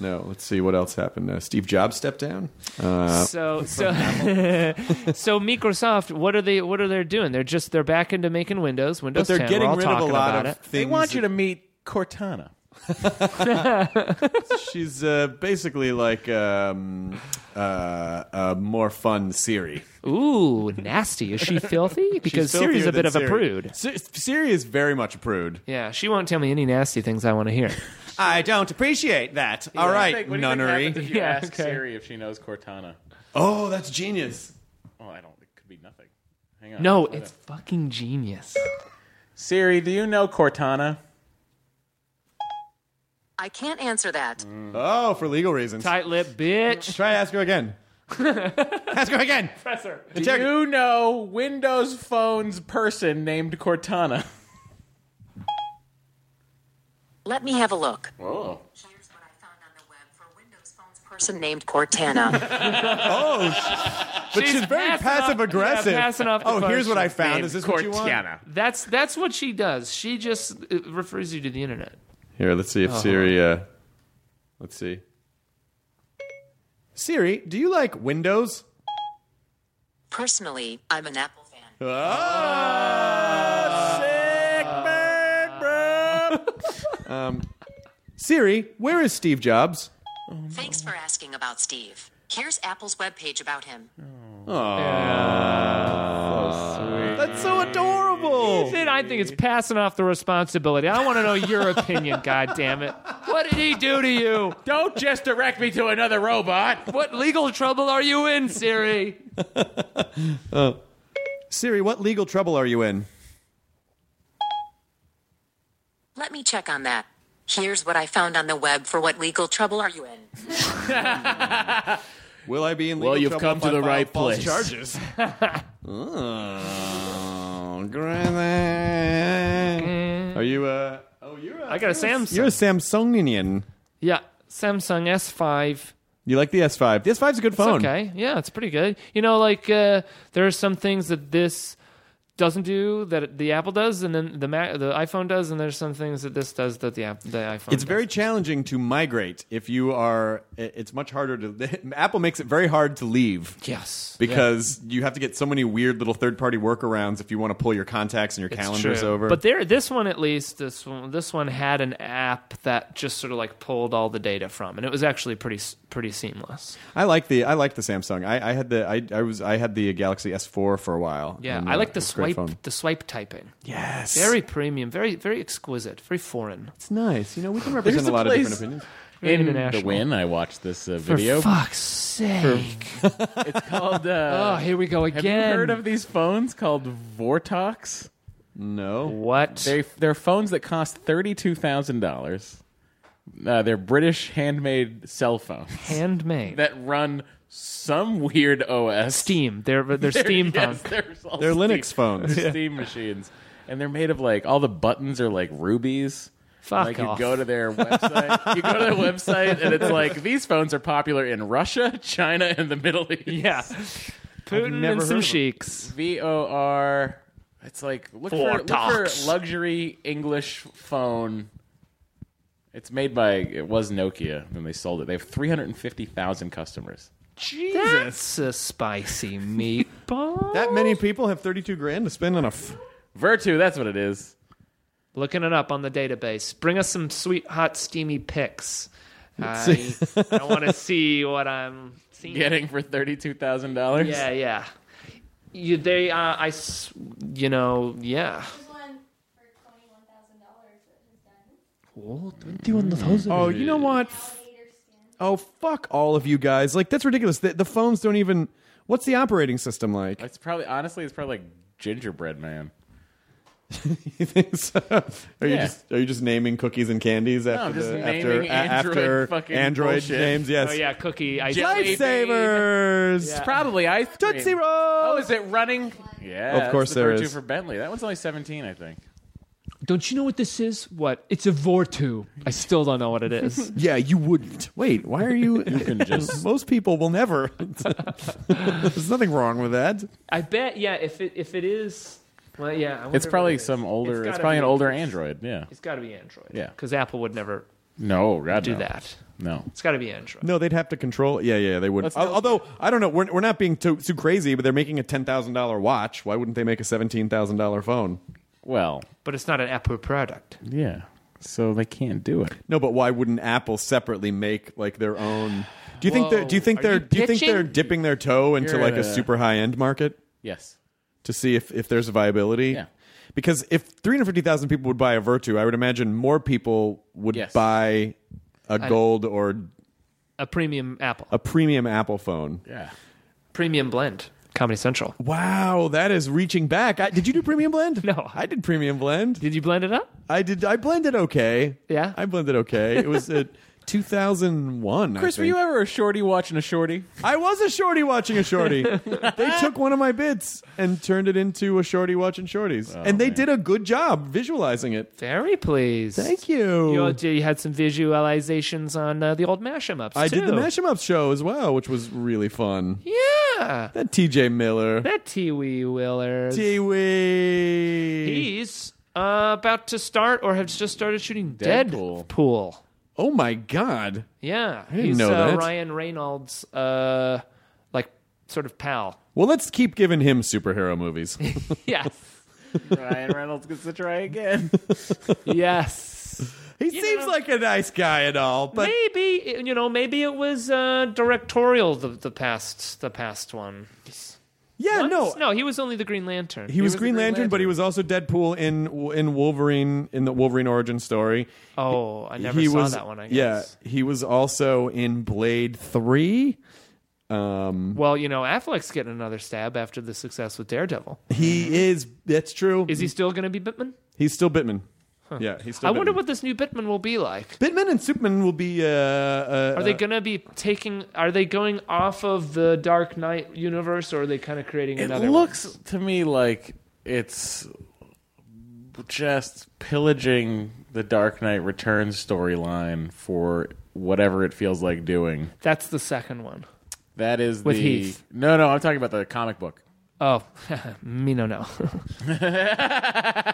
No, let's see what else happened. Uh, Steve Jobs stepped down. Uh, <laughs> So so <laughs> so Microsoft. What are they? What are they doing? They're just they're back into making Windows. but Windows they're 10. getting We're all rid of talking a lot about of it. things. they want you to meet Cortana. She's uh, basically like um, uh, a more fun Siri. Ooh, nasty. Is she filthy? <laughs> Because She's filthier Siri's a bit than of a Siri. prude. Si- Siri is very much a prude. Yeah, she won't tell me any nasty things I want to hear. I don't appreciate that. All right, nunnery. you Yeah, ask okay. Siri if she knows Cortana? Oh, that's genius. Oh, I don't. It could be nothing. Hang on. No, it's fucking genius. Siri. Do you know Cortana? I can't answer that. Oh, for legal reasons. Tight lip, bitch. Try to ask her <laughs> again. ask her again. Do you know Windows Phone's person named Cortana? <laughs> Let me have a look. Oh. Here's what I found on the web for Windows Phone's person named Cortana. But Oh, she's, very passing passive off- aggressive. yeah, passing off the oh, here's what I question. found. Is this what you want? That's that's what she does. She just uh, refers you to the internet. Here, let's see if Siri. Uh, let's see. Siri, do you like Windows? <laughs> Personally, I'm an Apple fan. Ah, <laughs> Um, Siri, where is Steve Jobs? Thanks for asking about Steve. Here's Apple's webpage about him. That's so adorable. Then I think it's passing off the responsibility. I want to know your opinion. <laughs> God damn it! What did he do to you? Don't just direct me to another robot. What legal trouble are you in, Siri? Siri, what legal trouble are you in? Let me check on that. Here's what I found on the web for what legal trouble are you in? Will I be in legal Well, you've trouble come if to I the file right false place. <laughs> Charges. oh, Mm. granny. Are you uh Oh, you're a, I got a Samsung. You're a Samsunginian. Yeah, Samsung S5. You like the S5. The S5's a good phone. It's okay. Yeah, it's pretty good. You know, like uh, there are some things that this doesn't do that the Apple does, and then the Mac, the iPhone does, and there's some things that this does that the app, the iPhone. It's very challenging to migrate if you are. it- It's much harder to. <laughs> Apple makes it very hard to leave. Yes. Because you have to get so many weird little third party workarounds if you want to pull your contacts and your It's calendars true. over. But there, this one at least, this one, this one had an app that just sort of like pulled all the data from, and it was actually pretty s- pretty seamless. I like the I like the Samsung. I, I had the I, I was I had the Galaxy S4 for a while. Yeah, and, I uh, like the it's a great swipe, phone. the swipe typing. Yes, Very premium, very very exquisite, very foreign. it's nice. You know, we can represent a lot of different opinions. Very in the international. win, I watched this uh, For video. fuck's sake. it's called. <laughs> Oh, Uh, here we go Have you again. heard of these phones called Vortox? No. What? They they're phones that cost thirty two thousand dollars. Uh, they're British handmade cell phones Handmade. that run some weird OS. Steam. They're, they're, steampunk. Yes, they're all They're Steam- Linux phones. they're Steam machines, and they're made of like all the buttons are like rubies. Fuck like off. you go to their website, you go to their website, and it's like these phones are popular in Russia, China, and the Middle East. <laughs> Yeah. Putin never and heard some of it. sheiks. V O R. It's like look for, Four look for docs. luxury English phone. It's made by it was Nokia, then they sold it. They have three hundred and fifty thousand customers. That's a spicy meatball. That many people have 32 grand to spend on a. F- Virtu, that's what it is. Looking it up on the database. Bring us some sweet, hot, steamy <laughs> pics. I, I want to see what I'm seeing. Getting for thirty two thousand dollars. Yeah, yeah. You, they, uh, I, s- you know, yeah. Well, oh, you know what? Oh, fuck all of you guys. Like, that's ridiculous. The, the phones don't even. What's the operating system like? It's probably honestly it's probably like gingerbread man. <laughs> You think so? Are you Yeah. just are you just naming cookies and candies after I'm just the, after naming a- Android after fucking Android bullshit. names? Yes. oh yeah, cookie. I Jelly Lifesavers. It's probably ice cream. Tootsie Rolls. Oh, is it running? Yeah, Of that's course the there Virtu is. for Bentley. That one's only seventeen, I think. Don't you know what this is? What? It's a Vortu. I still don't know what it <laughs> is. Yeah, you wouldn't. Wait, why are <laughs> you? you can just- Most people will <laughs> never. There's nothing wrong with that. I bet. Yeah. If it if it is, well, yeah. I wonder It's what probably it is. some older. It's, gotta probably be- an older Android. Yeah. It's got to be Android. Yeah. Because Apple would never No, God, do no. that. No. It's got to be Android. No, they'd have to control. Yeah, yeah, they would. Let's Al- go. Although I don't know, we're, we're not being too, too crazy, but they're making a ten thousand dollar watch. Why wouldn't they make a seventeen thousand dollar phone? Well, But it's not an Apple product. yeah. So they can't do it. No, but why wouldn't Apple separately make like their own? Do you think they're? Do you think Are they're? you do you think pitching? they're dipping their toe into You're like a the- super high end market Yes. to see if if there's a viability? Yeah. Because if three hundred fifty thousand people would buy a Virtu, I would imagine more people would Yes. buy a gold or A premium Apple. a premium Apple phone. Yeah. premium blend. Comedy Central. Wow, that is reaching back. I, did you do premium blend? <laughs> No. I did premium blend. Did you blend it up? I did. I blended okay. Yeah? I blended okay. It was <laughs> uh 2001. Chris, I were think. you ever a shorty watching a shorty? I was a shorty watching a <laughs> shorty. they took one of my bits and turned it into a shorty watching shorties, and they did a good job visualizing it. Very pleased. Thank you. You, all- you had some visualizations on uh, the old Mashem ups. I did the Mash 'em Up show as well, which was really fun. Yeah. That T.J. Miller, That T Wee Willers. Dewey. He's uh, about to start or has just started shooting Deadpool. Deadpool. Pool. Oh my God! Yeah, didn't he's know uh, that. Ryan Reynolds, uh, like sort of pal. Well, let's keep giving him superhero movies. <laughs> Yes, Ryan Reynolds gets to try again. yes. He seems like a nice guy and all, <laughs> but maybe you know, maybe it was uh, directorial the, the past the past one. yeah, no, no, he was only the Green Lantern. He, was, was the Green Green Lantern, but he Lantern. was also Deadpool in in Wolverine in the Wolverine origin story. oh, I never he saw was that one. I yeah, guess. he was also in Blade Three. Um, Well, you know, Affleck's getting another stab after the success with <laughs> Daredevil. he is that's true. Mm-hmm. Is he still going to be Bitman? He's still Bitman. Yeah, he's still. I wonder Bitman. what this new Bitman will be like. Bitman and Superman will be. Uh, uh, Are they uh, gonna be taking? Are they going off of the Dark Knight universe, or are they kind of creating it another? looks to me like it's just pillaging the Dark Knight Returns storyline for whatever it feels like doing. One? That's the second one. That is With the Heath. no, no. I'm talking about the comic book. Oh, <laughs> me no no.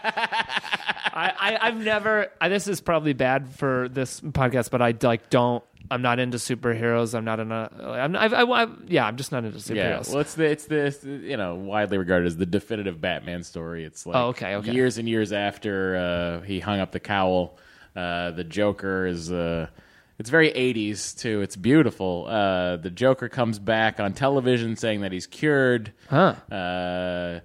I, I I've never. I, this is probably bad for this podcast, but I like don't. I'm not into superheroes. I'm not in a. I'm not, I, I, I, yeah, I'm just not into Yeah, superheroes. well, it's the it's this you know widely regarded as the definitive Batman story. It's like Oh, okay, okay. years and years after uh, he hung up the cowl. Uh, the Joker is uh, it's very '80s too. It's beautiful. Uh, the Joker comes back on television saying that he's cured. Huh. Uh,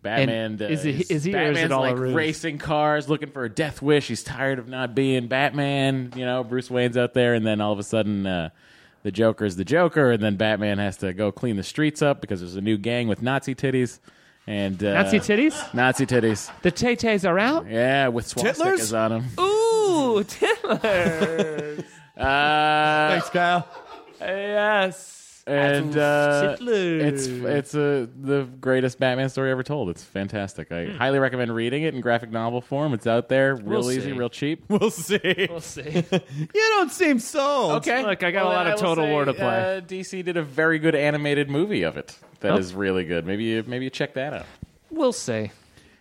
Batman And is does. it- is he or is it Batman's all a like ruse? racing cars, looking for a death wish. He's tired of not being Batman. You know, Bruce Wayne's out there, and then all of a sudden, uh, the Joker's the Joker, and then Batman has to go clean the streets up because there's a new gang with Nazi titties. And uh, Nazi titties? Nazi titties. The Tay-Tays are out? Yeah, with swastikas Titlers? on them. Ooh, Tiddlers. Uh, Thanks, <laughs> Kyle. yes. and uh, Tiddler. it's it's uh, the greatest Batman story ever told. It's fantastic. I highly recommend reading it in graphic novel form. It's out there, real We'll easy, see. real <laughs> cheap. We'll see. <laughs> We'll see. You don't seem sold. Okay, Look, I got Well, a lot then of I will Total say, War to play. Uh, DC did a very good animated movie of it. That is Oh. really good. Maybe you, maybe you <laughs> check that out. We'll see.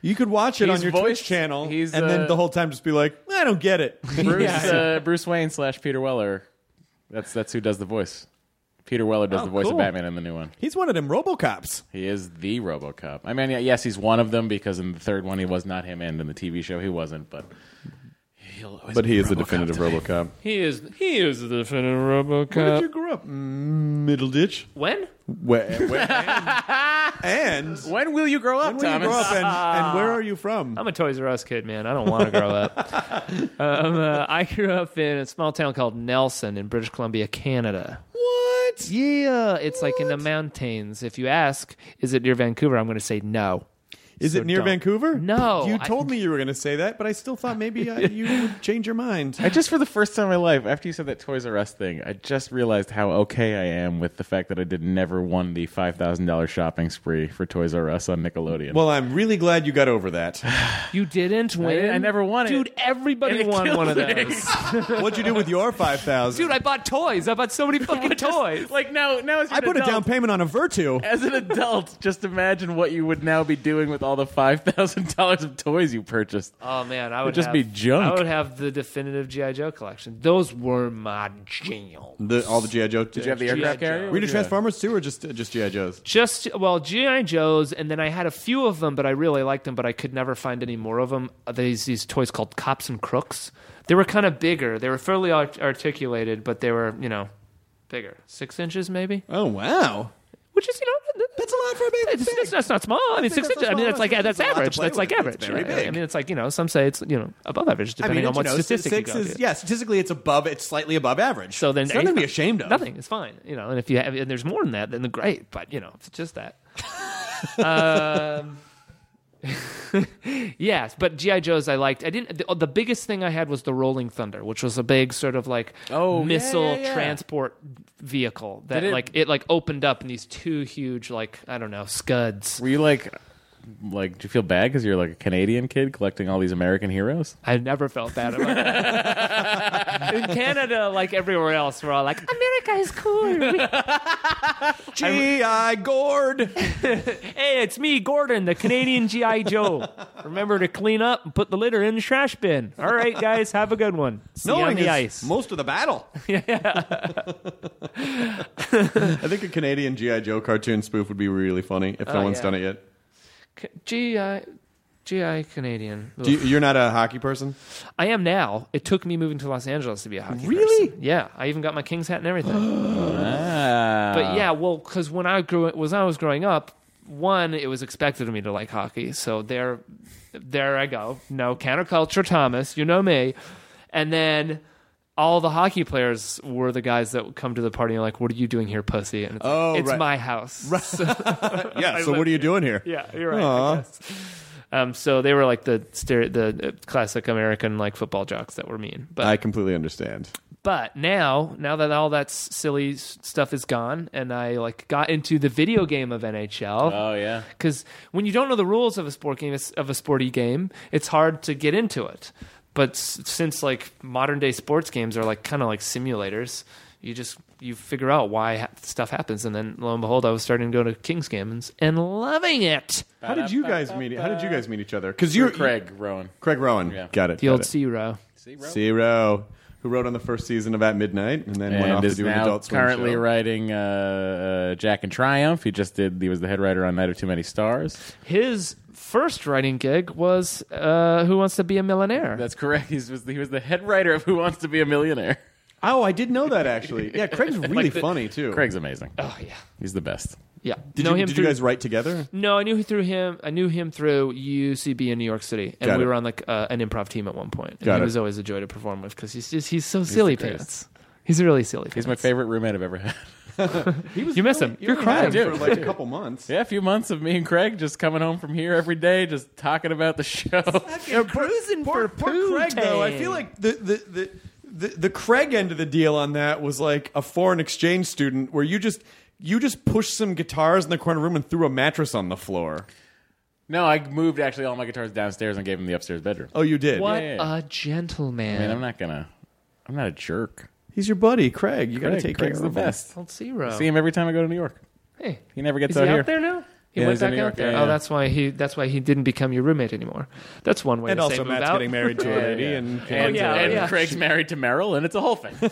You could watch it He's on your voiced- Twitch channel, he's, and uh, then the whole time just be like, I don't get <laughs> it. Bruce uh, Bruce Wayne slash Peter Weller. That's that's who does the voice. Peter Weller does Oh, the voice cool. of Batman in the new one. He's one of them RoboCops. Uh, He is the RoboCop. I mean, yeah, yes, he's one of them because in the third one he was not him, and in the TV show he wasn't. But he'll always But be he is the RoboCop definitive to me. RoboCop. He is he is the definitive Where RoboCop. did you grow up? Mm, Middle ditch. when? <laughs> and When will you grow up, when will you Thomas? grow up, and, and Ah. where are you from? I'm a Toys R Us kid, man. I don't want to grow up. <laughs> um, uh, I grew up in a small town called Nelson in British Columbia, Canada. What? Yeah, it's like in the mountains. If you ask, is it near Vancouver? I'm going to say no. Is So it near don't. Vancouver? No, You I- <laughs> told me you were going to say that, but I still thought maybe uh, you would change your mind. I just, for the first time in my life, after you said that Toys R Us thing, I just realized how okay I am with the fact that I did never won the five thousand dollars shopping spree for Toys R Us on Nickelodeon. Well, I'm really glad you got over that. You didn't win. didn't- I never won it. Dude, everybody And it won killed one of me. those. What'd you do with your five thousand? <laughs> Dude, I bought toys. I bought so many fucking toys. like now, now as I put a down payment on a Virtu. As an adult, just imagine what you would now be doing with all the five thousand dollars of toys you purchased. Oh man, I would just have- be junk. I would have the definitive GI Joe collection. Those were my jam. The, all the GI Joe. Did you have the aircraft G.I. Joe. carrier? Were you into Transformers too, or just uh, just GI Joes? Just well, GI Joes, and then I had a few of them, but I really liked them, but I could never find any more of them. Uh, These these toys called Cops and Crooks. They were kind of bigger. They were fairly art- articulated, but they were you know bigger, six inches maybe, Oh wow, which is you know that's a lot for a baby. It's, it's, that's not small. I mean, six that's inches. not I mean, small. that's like It's- it's that's a lot to average. play That's like with. It's average. very right? I big. mean, it's like you know, some say it's you know above average I depending mean, on you what know, statistic six you go is to. yeah, statistically it's above. It's slightly above average. So then it's nothing to be ashamed of. Nothing. It's fine. You know, and if you have, and there's more than that, then the great. But you know, if it's just <laughs> that. um, <laughs> yes, but GI Joes I liked. I didn't. The, the biggest thing I had was the Rolling Thunder, which was a big sort of like Oh, yeah, missile yeah, yeah. transport vehicle that Did it- like it like opened up in these two huge like I don't know scuds. Were you like, like, do you feel bad because you're like a Canadian kid collecting all these American heroes? I never felt bad about that. <laughs> In Canada, like everywhere else, we're all like, America is cool. We- GI Gord. hey, it's me, Gordon, the Canadian G.I. Joe. Remember to clean up and put the litter in the trash bin. All right, guys, have a good one. See you on Knowing the is ice. most of the <laughs> battle. yeah. <laughs> I think a Canadian GI Joe cartoon spoof would be really funny if no Oh, one's yeah. done it yet. C- G.I. G.I. Canadian. Do you, you're not a hockey <laughs> person. I am now. It took me moving to Los Angeles to be a hockey Really? person. Yeah, I even got my Kings hat <gasps> and everything. Ah, But yeah, well, because when I grew was I was growing up, one it was expected of me to like hockey, so there, there I go. No counterculture, Thomas. You know me. And then all the hockey players were the guys that would come to the party and like, "What are you doing here, pussy?" And it's like, Oh, it's right. my house. <laughs> Yeah. so what are you doing here? yeah, you're right. I guess. Um, so they were like the stere- the uh, classic American like football jocks that were mean, but I completely understand. but now now that all that s- silly s- stuff is gone and i like got into the video game of nhl oh yeah. because when you don't know the rules of a sport game it's- of a sporty game it's hard to get into it but s- since like modern day sports games are like kind of like simulators you just you figure out why ha- stuff happens and then lo and behold i was starting to go to kings games and loving it How did you guys meet? How did you guys meet each other? Because you're Craig Rowan. Craig Rowan. Yeah. Got it. the got old it. zero Zero, who wrote on the first season of At Midnight and then went and off to is do an now adult Swim currently show. writing uh, uh, Jack and Triumph. He just did. He was the head writer on Night of Too Many Stars. his first writing gig was uh, who wants to be a millionaire That's correct. He's, was the- he was the head writer of Who Wants to Be a Millionaire. Oh, I did know that actually. Yeah, <laughs> Craig's really the- funny too. Craig's amazing. Oh yeah. He's the best. Yeah. Did, know you, him did through, you guys write together? No, I knew through him. I knew him through UCB in New York City, and Got we it. were on like uh, an improv team at one point. And Got he it. was always a joy to perform with because he's just he's so silly pants. He's really silly. He's my pants. favorite roommate I've ever had. He was You miss him. You're crying. for Dude. like a couple months. <laughs> Yeah, a few months of me and Craig just coming home from here every day, just talking about the <laughs> show. Yeah, poor- poor, poor Craig though. I feel like the the. the the, the Craig end of the deal on that was like a foreign exchange student where you just you just pushed some guitars in the corner room and threw a mattress on the floor. No, I moved actually all my guitars downstairs and gave him the upstairs bedroom. Oh, you did. What Yeah. a gentleman. I mean, I'm not gonna, I'm not a jerk. He's your buddy, Craig. You got to Craig, take Craig's care of the him. best. Old zero. See him every time I go to New York. Hey, He never gets is out he here. out there now? He Yeah, went he's in back New York. out there. Yeah, yeah. Oh, that's why he. That's why he didn't become your roommate anymore. That's one way. And to also, say move Matt's out. getting married to a lady, and, And, yeah, and yeah. Craig's married to Meryl, and it's a <laughs> whole thing. yeah,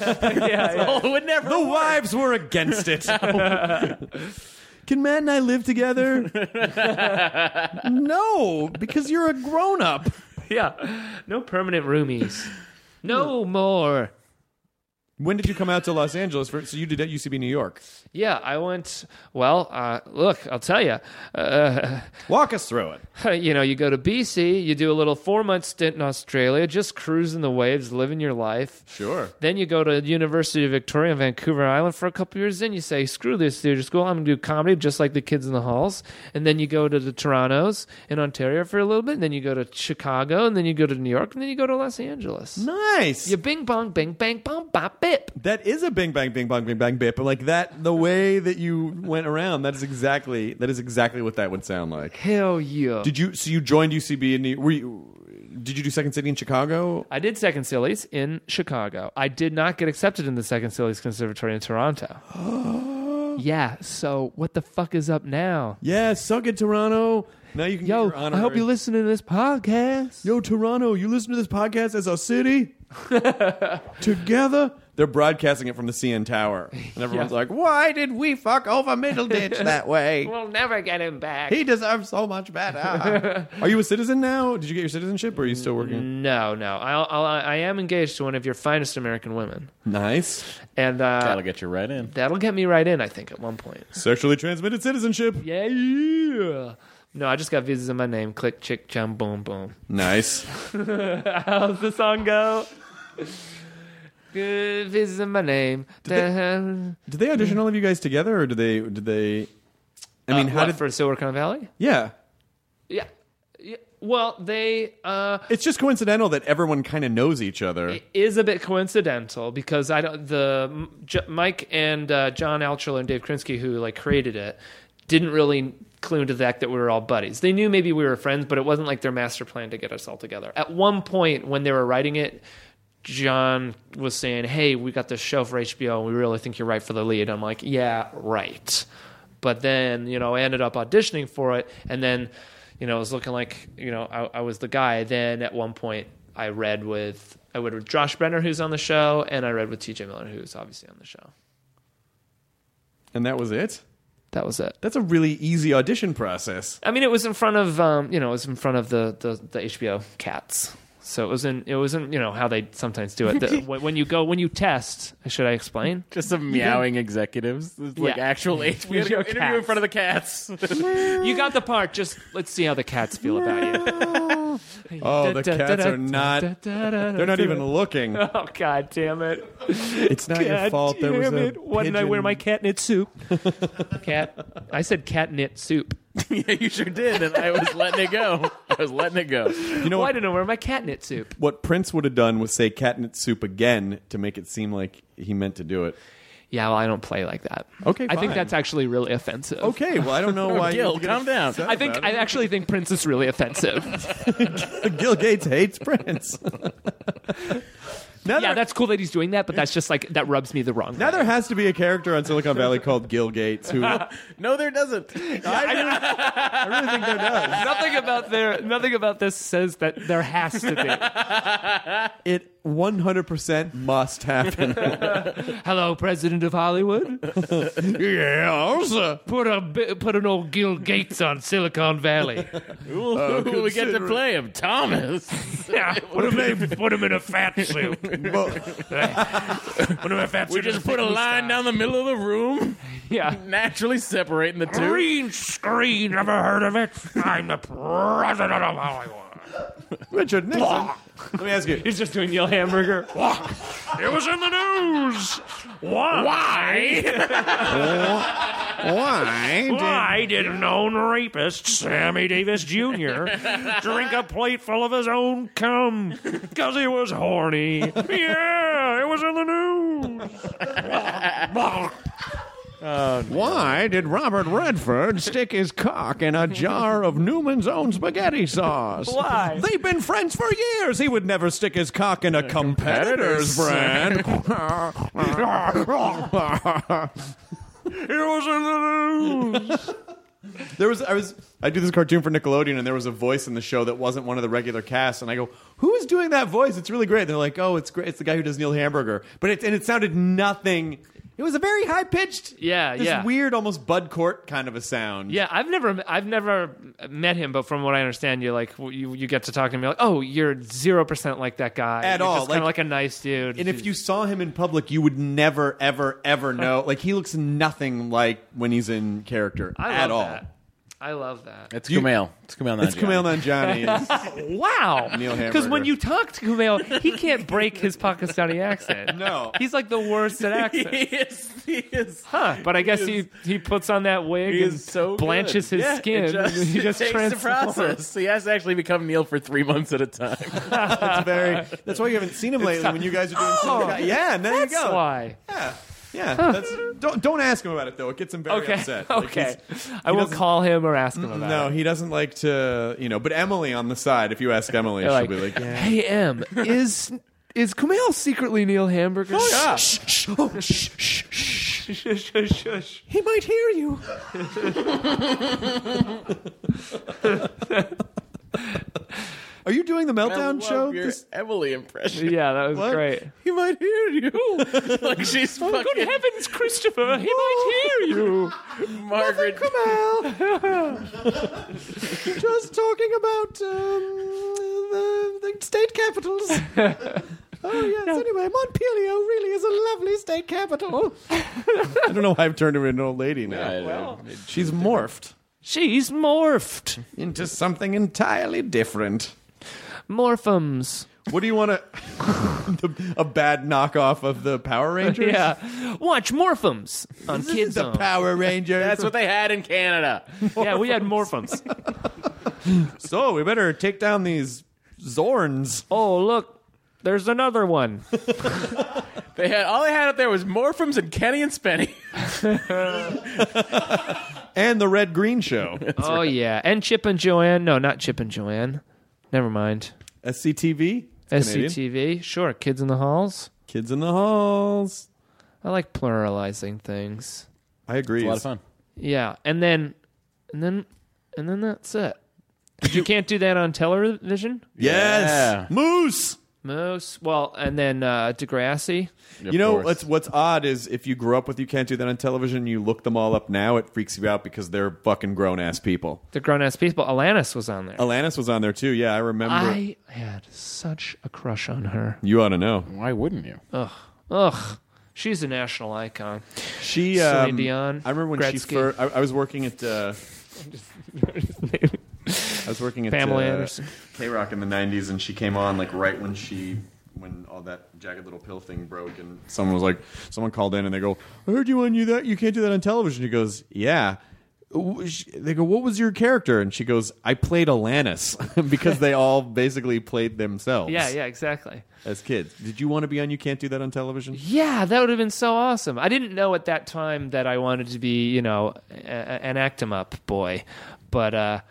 it's a whole, it would never. the wives were against it. <laughs> Can Matt and I live <laughs> together? no, because you're a grown up. <laughs> yeah, no permanent roomies. No more. When did you come out to Los Angeles? For, so you did at UCB New York. Yeah, I went. Well, uh, look, I'll tell you. Uh, Walk us through it. <laughs> you know, you go to BC, you do a little four month stint in Australia, just cruising the waves, living your life. Sure. Then you go to University of Victoria on Vancouver Island for a couple years. Then you say, "Screw this theater school! I'm going to do comedy, just like the kids in the halls." And then you go to the Toronto's in Ontario for a little bit. And then you go to Chicago, and then you go to New York, and then you go to Los Angeles. Nice. You bing bong, bing bang, bong bop bip. That is a bing bang bing bong bing bang bit, but like that, the way that you went around, that is exactly that is exactly what that would sound like. Hell yeah! Did you? So you joined UCB in New? Were you? Did you do Second City in Chicago? I did second Sillies in Chicago. I did not get accepted in the second Sillies Conservatory in Toronto. <gasps> yeah. So what the fuck is up now? Yeah, suck it, Toronto. Now you can. Yo, get your I hope honorary- you listen to this podcast. Yo, Toronto, you listen to this podcast as a city? <laughs> Together? They're broadcasting it from the CN Tower. And everyone's like, why did we fuck over Middleditch <laughs> that way? We'll never get him back. He deserves so much <laughs> better. are you a citizen now? Did you get your citizenship or are you still working? no, no. I, I, I am engaged to one of your finest American women, Nice. and uh, That'll get you right in. that'll get me right in. I think at one point. Sexually transmitted citizenship. <laughs> Yeah. yeah. No, I just got visas in my name. Click, chick, chum, boom, boom. Nice. <laughs> How's the song go? <laughs> Good visas in my name. Did they audition all of you guys together or did they did they I mean, Uh, how what, did for Silicon Valley? Yeah. Yeah. Yeah. Well, they uh, It's just coincidental that everyone kind of knows each other. it is a bit coincidental because I don't the J- Mike and uh, John Altrell and Dave Krinsky who like created it didn't really clue into the fact that we were all buddies. They knew maybe we were friends, but it wasn't like their master plan to get us all together. At one point when they were writing it, John was saying, "Hey, we got this show for HBO, and we really think you're right for the lead." I'm like, "Yeah, right." But then, you know, I ended up auditioning for it, and then, you know, it was looking like, you know, I, I was the guy. Then at one point, I read with I read with Josh Brenner, who's on the show, and I read with T.J. Miller, who's obviously on the show. and that was it. That was it. That's a really easy audition process. I mean, it was in front of, um, you know, it was in front of the the, the HBO cats. So it wasn't. It wasn't. You know how they sometimes do it. <laughs> The, when when you go, when you test, should I explain? <laughs> Just some meowing executives, It's like Yeah. <laughs> actual age. We had to Your go interview in cats. front <laughs> of the <laughs> cats. You got the part. Just let's see how the cats feel <laughs> about you. <laughs> Oh, the cats are not- They're They're not even looking. Oh God damn it! It's not your God fault. There was damn a it. Why didn't I wear pigeon- my <laughs> catnip soup? Cat. I said catnip soup. yeah, you sure did, and I was letting it go. I was letting it go. You know Why what, didn't I wear my catnip soup? what Prince would have done was say catnip soup again to make it seem like he meant to do it. Yeah, well, I don't play like that. Okay, I think fine. that's actually really offensive. Okay, well I don't <laughs> know why. Gil, you get calm down. upset I think about I it. actually think Prince is really offensive. <laughs> Gil Gates hates <laughs> Prince. now, yeah, there, that's cool that he's doing that, but that's just like that rubs me the wrong. now way. there has to be a character on Silicon Valley called Gil Gates <laughs> who I, No, there doesn't. I really think there does. nothing about their nothing about this says that there has to be. It 100 percent must <laughs> happen. <laughs> Hello, President of Hollywood. yeah, Put a bi- put an old Gil Gates on Silicon <laughs> Valley. Oh, Ooh, we get to play him, Thomas. <laughs> <laughs> Yeah, put him in a fat suit. Wonder if that's gonna we just put make a me line stop. down the middle of the room, Yeah. naturally separating the two. Green screen. Never heard of it. I'm the president of Hollywood. Richard Nixon. Let me ask you. He's just doing Neil Hamburger. it was in the news. Why? Why? Why did known rapist Sammy Davis Jr. drink a plate full of his own cum? Because he was horny. Yeah, it was in the news. Why did Robert Redford stick his cock in a jar of Newman's own spaghetti sauce? Why? They've been friends for years. He would never stick his cock in a competitor's brand. <laughs> it was in the news. there was I was I do this cartoon for Nickelodeon and there was a voice in the show that wasn't one of the regular cast and I go, "Who is doing that voice? It's really great." They're like, "Oh, it's great. It's the guy who does Neil Hamburger." But it and it sounded nothing. It was a very high pitched, Yeah, this yeah. weird, almost Bud Court kind of a sound. Yeah, I've never, I've never met him, but from what I understand, you're like, you, you get to talk to him, you're like, oh, you're zero percent like that guy At You're all, just kind of like- like a nice dude. And if you saw him in public, you would never, ever, <laughs> ever know. Like he looks nothing like when he's in character I love at all. that. I love that. It's You- Kumail. It's Kumail. It's Nanjiani. Kumail <laughs> Nanjiani. Wow, Neil because Hamburger. when you talk to Kumail, he can't break his Pakistani accent. No. he's like the worst at <laughs> He accents. is. He is. Huh, but I guess he, he puts on that wig He and is so blanches good. his Yeah, skin. <laughs> It just, and he it just takes the transforms. process. He has to actually become Neil for three months at a <laughs> time. That's very. That's why you haven't seen him lately. When you guys are doing, oh, yeah, and there That's you go. why. Yeah, yeah. That's, don't don't ask him about it though. It gets him very Okay, <laughs> upset. Like, okay. he's- I he will doesn't- call him or ask him about No, it. he doesn't like to. You know, but Emily on the side. If you ask Emily, she'll They're be like, yeah. "Hey, <laughs> M, is is Kumail secretly Neil Hamburger?" Oh yeah. Shh, shh, oh, shh, shh, shh. He might hear you. Are you doing the meltdown show? Your <laughs> This- Emily impression. yeah, that was What? <laughs> great. He might hear you. <laughs> like she's fucking heavens, Christopher! He might hear you. Margaret. just talking about um, the, the state capitals. Oh yes. Anyway, Montpellier really is a lovely <laughs> state capital. I don't know why I've turned her into an old lady now. She's morphed She's morphed. into something entirely different. Morphums. What do you <laughs> want to? a bad knockoff of the Power Rangers. <laughs> Yeah. Watch Morphums on Kids the Power Rangers. That's what they had <laughs> in Canada. Yeah, we had Morphums. so we better take down these Zorns. <laughs> oh, look. There's another <laughs> one. They had all they had up there was Morphums and Kenny and <laughs> Spenny. and the Red Green <laughs> Show. oh, yeah. And Chip and Joanne. No, not Chip and Joanne. Never mind. SCTV. It's Canadian. SCTV. Sure. Kids in the Halls. Kids in the Halls. I like pluralizing things. I agree. A lot of fun. Yeah, and then, and then, and then that's it. you can't do that on television. Yes. Yeah. Moose. Most well, and then uh, Degrassi. you know what's what's odd is if you grew up with you can't do that on television, you look them all up now, it freaks you out because they're fucking grown ass people. The grown ass people. Alanis was on there. Alanis was on there too. Yeah, I remember. I had such a crush on her. You ought to know. Why wouldn't you? Ugh, she's a national icon. She um, Celine Dion, I remember when Gretzky. she first. I, I was working at. Uh, I was working at Pamela uh, Anderson. K Rock in the '90s, and she came on like right when she. When all that jagged little pill thing broke, and someone was like, someone called in, and they go, "I heard you on you that you can't do that on television." She goes, "Yeah." W- she- They go, "What was your character?" And she goes, "I played Alanis," <laughs> because they all basically played themselves. Yeah, yeah, exactly. As kids, did you want to be on? You can't do that on television. Yeah, that would have been so awesome. I didn't know at that time that I wanted to be, you know, a- a- an act 'em up boy, but uh,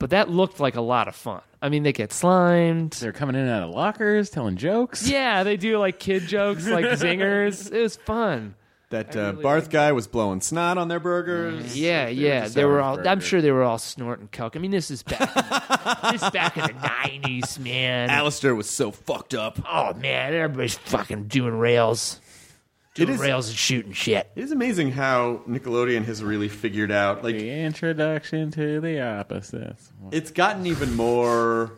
but that looked like a lot of fun. I mean, they get slimed. They're coming in and out of lockers, telling jokes. Yeah, they do like kid <laughs> jokes, like zingers. It was fun. That uh, Barth guy was blowing snot on their burgers. Mm, Yeah, yeah. just They were sour all. I'm burger. sure they were all snorting coke. I mean, this is back. in- this is <laughs> back in the '90s, man. Alistair was so fucked up. oh man, everybody's fucking doing rails, It doing is, it rails and shooting shit. is amazing how Nickelodeon has really figured out. Like, The introduction to the opposites. it's gotten even more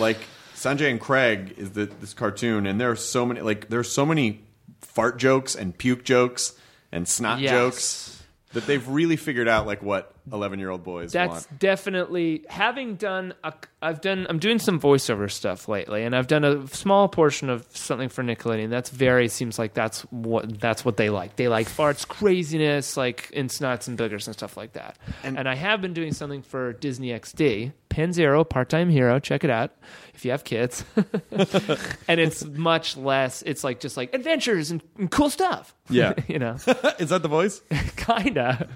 like Sanjay and Craig is the, this cartoon, and there are so many like there are so many fart jokes and puke jokes and snot Yes. jokes that they've really figured out like what eleven year old boys That's want. definitely having done. A, I've done. I'm doing some voiceover stuff lately, and I've done a small portion of something for Nickelodeon. That's very seems like that's what that's what they like. They like farts, craziness, like in snots and boogers and stuff like that. And, I have been doing something for Disney XD, Pan Zero, Part Time Hero. Check it out if you have kids. <laughs> and it's much less. It's like just like adventures and, and cool stuff. Yeah. <laughs> you <laughs> know is that the <laughs> voice? kinda.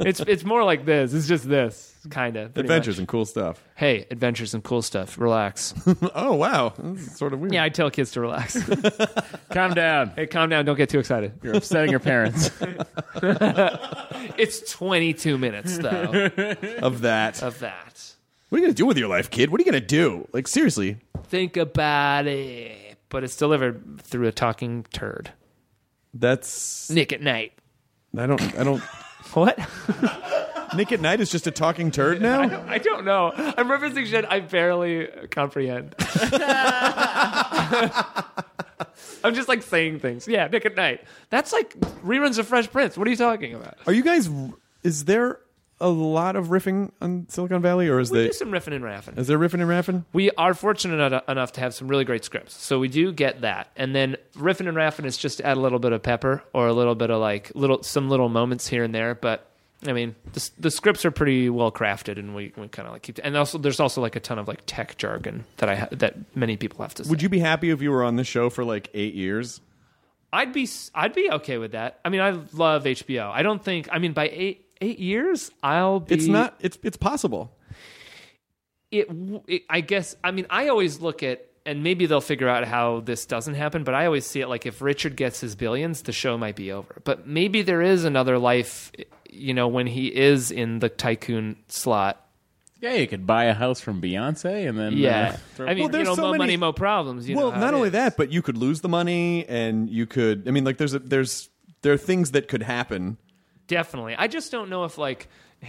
it's it's more like this. It's just this kinda. pretty Adventures much. and cool stuff. <laughs> Hey, adventures and cool stuff. Relax. <laughs> oh wow, that's sort of weird. yeah, I tell kids to relax. Calm down. hey, calm down. Don't get too excited. You're upsetting your parents. <laughs> It's 22 minutes though Of that, of that. what are you gonna do with your life, kid? What are you gonna do? Like seriously, Think about it. But it's delivered through a talking turd. that's Nick at night. I don't I don't. What? Nick at Night is just a talking <laughs> turd now. I don't know. I'm referencing shit I barely <laughs> comprehend. I'm just like saying things. Yeah, Nick at Night. That's like reruns of Fresh Prince. What are you talking about? Are you guys? Is there a lot of riffing on Silicon Valley, or is We there do some riffing and raffing. is there riffing and raffing? We are fortunate eno- enough to have some really great scripts, so we do get that. And then riffing and raffing is just to add a little bit of pepper or a little bit of like little some little moments here and there. But I mean, the, s- the scripts are pretty well crafted, and we, we kind of like keep. And also, there's also like a ton of like tech jargon that I ha- that many people have to. say. Would you be happy if you were on this show for like eight years? I'd be I'd be okay with that. I mean, I love HBO. I don't think I mean by eight eight years I'll be. It's not. It's it's possible. It, w- it. I guess. I mean, I always look at and maybe they'll figure out how this doesn't happen. But I always see it like if Richard gets his billions, the show might be over. But maybe there is another life. You know, when he is in the tycoon slot. yeah, you could buy a house from Beyonce and then Yeah, uh, I mean, Well, you there's know, so mo many- money, mo problems. You well, know how not it only is. that, but you could lose the money, and you could. I mean, like there's a, there's there are things that could happen. definitely. I just don't know if like <laughs>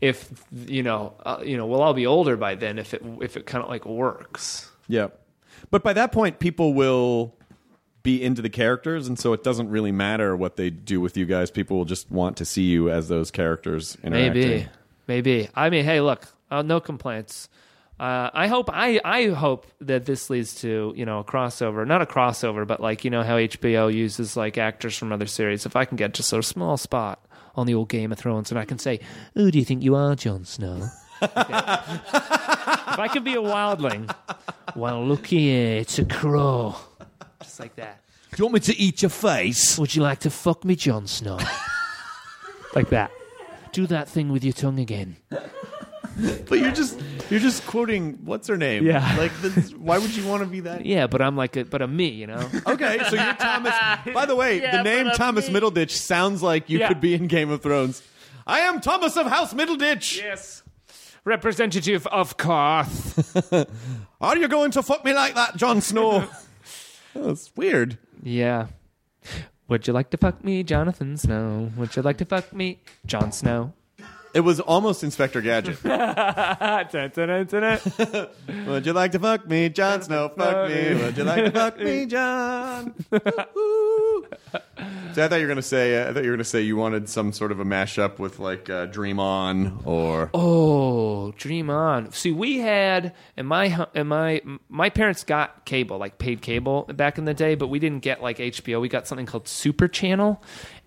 if you know uh, you know we'll all be older by then if it if it kind of like works. Yeah, but by that point, people will be into the characters, and so it doesn't really matter what they do with you guys. People will just want to see you as those characters interacting. Maybe, maybe. I mean, hey, look, uh, no complaints. Uh, I hope I I hope that this leads to you know a crossover, not a crossover, but like you know how HBO uses like actors from other series. If I can get just a small spot on the old Game of Thrones, and I can say, "Who do you think you are, Jon Snow?" <laughs> if I could be a wildling, well, look here, it's a crow, just like that. Do you want me to eat your face? Would you like to fuck me, Jon Snow? <laughs> like that. Do that thing with your tongue again. But you're just you're just quoting what's her name? Yeah. Like, this, why would you want to be <laughs> that? Yeah, but I'm like a but a me, you know. Okay, so you're Thomas. By the way, <laughs> Yeah, the name but I'm Thomas me. Middleditch sounds like you Yeah. could be in Game of Thrones. I am Thomas of House Middleditch. <laughs> yes. Representative of Carth. Are you going to fuck me like that, Jon <laughs> Snow? That's weird. Yeah. Would you like to fuck me, Jonathan Snow? Would you like to fuck me, Jon Snow? It was almost Inspector Gadget. Ah, That's Would you like to fuck me, Jon Snow? Fuck me. Would you like to fuck <laughs> me, Jon? Ooh. See, I thought you were gonna say. Uh, I thought you were gonna say you wanted some sort of a mashup with like uh, Dream On or. Oh, dream on. See, we had and my hu- and my my parents got cable, like paid cable back in the day, but we didn't get like HBO. We got something called Super Channel,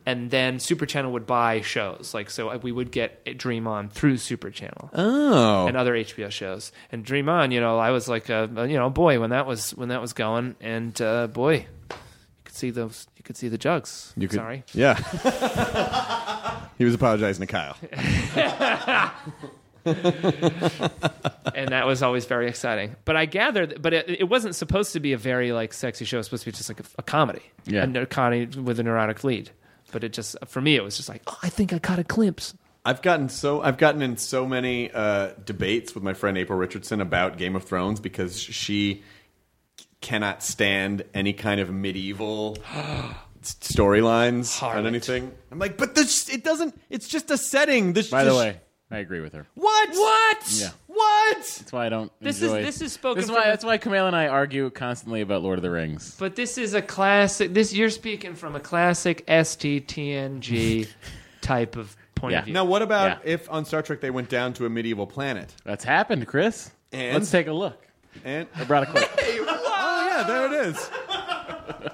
and then Super Channel would buy shows. Like so, uh, we would get eh, Dream on through Super Channel. Oh. and other HBO shows. And Dream On, you know, I was like a a, you know boy when that was when that was going, and uh, boy, you could see those, you could see the jugs. You could, Sorry, Yeah. <laughs> he was apologizing to Kyle. and that was always very exciting. But I gathered, but it, it wasn't supposed to be a very like sexy show. It was supposed to be just like a, a comedy, Yeah. a, ner- comedy with a neurotic lead. But it just for me, it was just like, oh, I think I caught a glimpse. I've gotten so I've gotten in so many uh, debates with my friend April Richardson about Game of Thrones because she cannot stand any kind of medieval s- storylines Harlot. on anything. I'm like, but this it doesn't. It's just a setting. This, By the this- way, I agree with her. what? What? Yeah. What? What? That's why I don't. This is- enjoy- this is spoken This is why, from- that's why Camille and I argue constantly about Lord of the Rings. But this is a classic. This you're speaking from a classic <laughs> STTNG type of point Yeah. of view. Now, what about if on Star Trek they went down to a medieval planet? That's happened, Chris. And? Let's take a look. And I brought a clip. <laughs> oh yeah, there it is.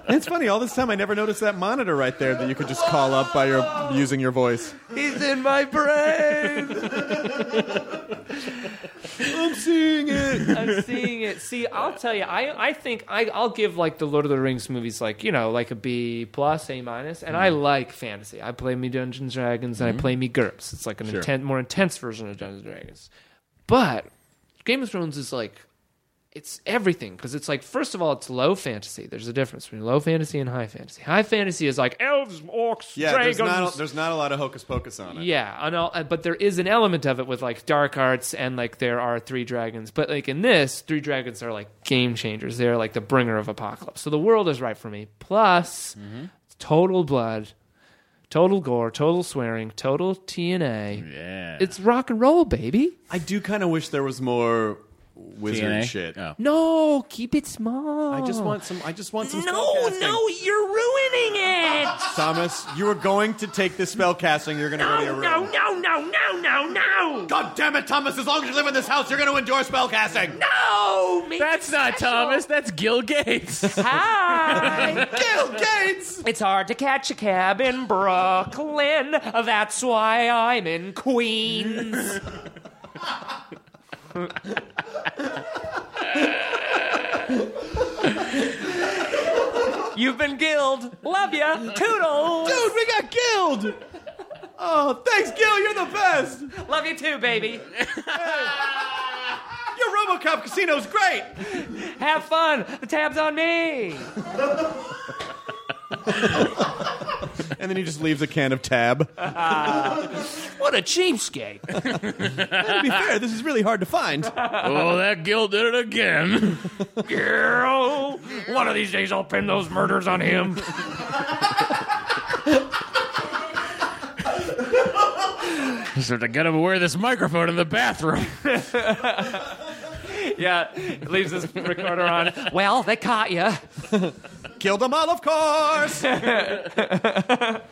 it's funny. All this time, I never noticed that monitor right there that you could just call up by your using your voice. He's in my brain. I'm seeing it. <laughs> I'm seeing it. See, I'll tell you, I I think I I'll give like the Lord of the Rings movies like you know like a B plus A minus, and I Mm-hmm. like fantasy. I play me Dungeons and Dragons and I play me GURPS. It's like an inten- more intense version of Dungeons and Dragons. But Game of Thrones is like it's everything because it's like first of all it's low fantasy. There's a difference between low fantasy and high fantasy. High fantasy is like elves, orcs, Yeah, dragons. there's not, there's not a lot of hocus pocus on it. Yeah, on all, uh, but there is an element of it with like dark arts and like there are three dragons. But like in this, three dragons are like game changers. They're like the bringer of apocalypse. So the world is right for me. Plus, total blood, total gore, total swearing, total TNA. yeah. It's rock and roll, baby. I do kind of wish there was more wizard TNA? shit. Oh. No, keep it small. I just want some. I just want some. No, spellcasting. no, you're ruining <laughs> it. Thomas, you were going to take this spell casting. You're going to go to your No, room. no, no, no, no, no, no. God damn it, Thomas! As long as you live in this house, you're going to endure spell casting. No, make That's it not special. Thomas. That's Gil Gates. <laughs> <laughs> Hi. Bill Gates. It's hard to catch a cab in Brooklyn. That's why I'm in <laughs> Queens. You've been gilled. Love ya. Toodles. Dude, we got killed. Oh, thanks, Gil. You're the best. Love you too, baby. Your RoboCop casino's great. Have fun. The tab's on me. And then he just leaves a can of tab. What a <laughs> cheapskate. to be fair, this is really hard to find. oh, that Gil did it again. <laughs> Girl. One of these days I'll pin those murders on him. so I got to wear this microphone in the bathroom. <laughs> Yeah, leaves his recorder on. Well, they caught you. Killed them all, of course. that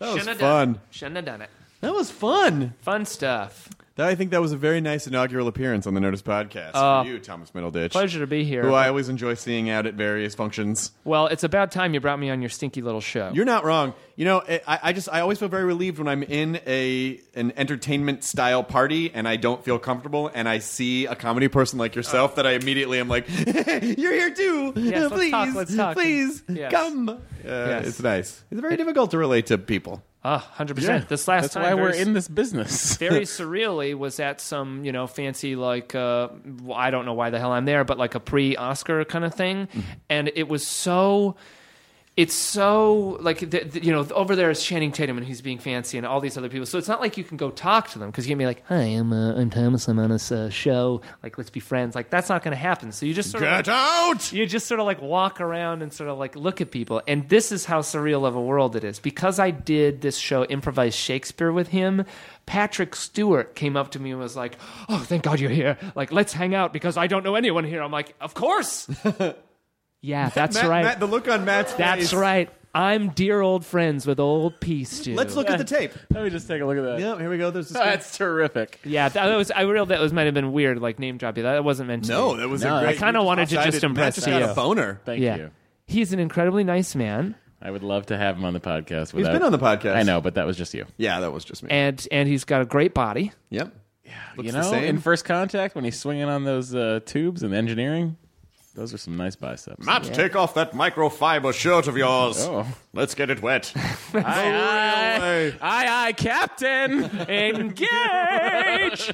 was Shouldn't have done fun. it. Shouldn't have done it. That was fun. Fun stuff. That, I think that was a very nice inaugural appearance on the Notice podcast for you, Thomas Middleditch. Uh, Pleasure to be here. Who I always enjoy seeing out at various functions. well, it's about time you brought me on your stinky little show. You're not wrong. You know, eh, I, I just I always feel very relieved when I'm in a an entertainment style party and I don't feel comfortable and I see a comedy person like yourself that I immediately am like, <laughs> you're here too. Yes, let's please, talk, let's talk." please Yes. come. Uh, It's nice. It's very difficult to relate to people. Ah, 100%. This last That's time why very we're s- in this business. <laughs> very surreally was at some you know fancy like uh, well, I don't know why the hell I'm there, but like a pre-Oscar kind of thing, Mm-hmm. and it was so. It's so like th th you know over there is Channing Tatum and he's being fancy and all these other people. So it's not like you can go talk to them because you can be like, "Hi, I'm uh, I'm Thomas. I'm on this uh, show. Like, let's be friends." Like that's not going to happen. So you just sort <laughs> of Get out! you just sort of like walk around and sort of like look at people and this is how surreal of a world it is because i did this show improvised shakespeare with him patrick stewart came up to me and was like oh thank god you're here like let's hang out because i don't know anyone here i'm like of <laughs> course yeah that's Matt, right Matt, the look on Matt's face. that's right i'm dear old friends with old peace dude Let's look at the tape. Let me just take a look at that. Yeah, here we go. There's this <laughs> That's terrific. yeah that was i realized that was might have been weird like name dropping that wasn't meant to No, be. that was No, a I great. kinda you wanted to decided- just impress Matt just got you. a boner. Thank yeah you. he's an incredibly nice man I would love to have him on the podcast. He's Without, been on the podcast. I know, but that was just you. Yeah, that was just me. and and he's got a great body yep. Yeah, you know, in first contact when he's swinging on those uh, tubes and engineering, those are some nice biceps. Matt, take off that microfiber shirt of yours. Oh. Let's get it wet. aye, way. aye, aye, aye, Captain. Engage.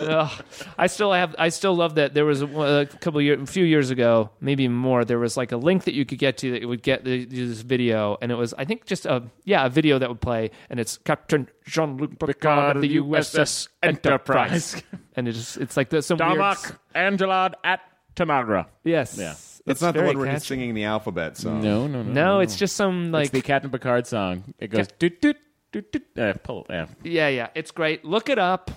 Ugh. I still have. I still love that. There was a, a couple years, a few years ago, maybe more. There was like a link that you could get to that would get the, this video, and it was I think just a yeah a video that would play, and it's Captain Jean Luc Picard of the USS Enterprise, and it just it's like the, some weird s- Domak Angelad at Tanagra. Yes, Yeah. It's That's not the very one where he's catchy. singing the alphabet song. No, no, no. No, it's just some like it's the Captain Picard song. It goes doot doot Do, do, uh, pull, yeah. Yeah, yeah. It's great. Look it up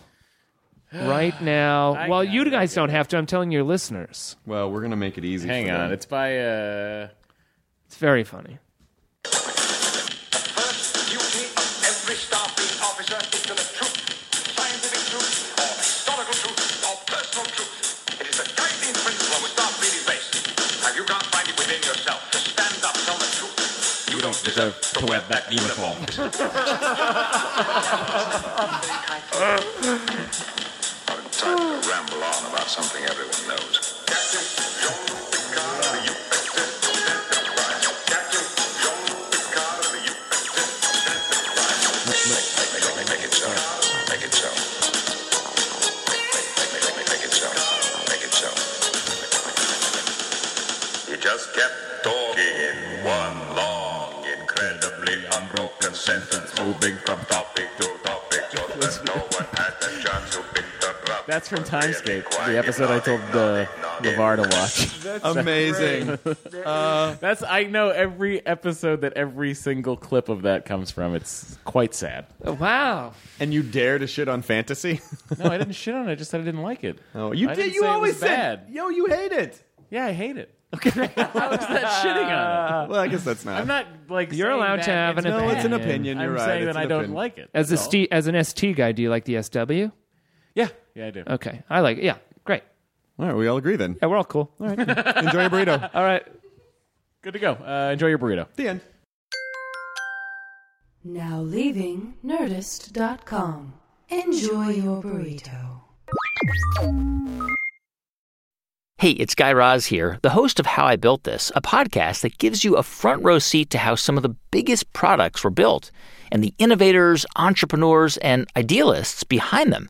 right now. I well, you guys don't have to. I'm telling your listeners. Well, we're gonna make it easy. Hang for on, them. it's by uh, It's very funny. You don't deserve to wear that uniform. Time to ramble on about something everyone knows. You just kept talking in one long, incredibly unbroken sentence, moving from topic to topic, just that no one had the chance to pick the up. that's from Timescape, the episode I told uh, Levar to watch. That's Amazing. great. Uh, <laughs> that's I know every episode that every single clip of that comes from. It's quite sad. wow. And you dare to shit on fantasy? <laughs> No, I didn't shit on it. I just said I didn't like it. Oh, you I did. didn't You say it always was said, "Yo, you hate it." Yeah, I <laughs> hate it. Okay, how is that shitting on it? Well, I guess <laughs> that's not. I'm not like You're saying allowed to that have an it's opinion. No, bad. it's an opinion, I'm you're right, saying it's that an I don't opinion. like it. As a that's all. st- as an ST guy, do you like the SW? yeah, yeah, I do. Okay, I like. it. Yeah, great. All right, we all agree then. Yeah, we're all cool. All right, enjoy your burrito. <laughs> All right. Good to go. Uh, enjoy your burrito. The end. Now leaving Nerdist.com. Enjoy your burrito. Hey, it's Guy Raz here, the host of How I Built This, a podcast that gives you a front row seat to how some of the biggest products were built and the innovators, entrepreneurs, and idealists behind them.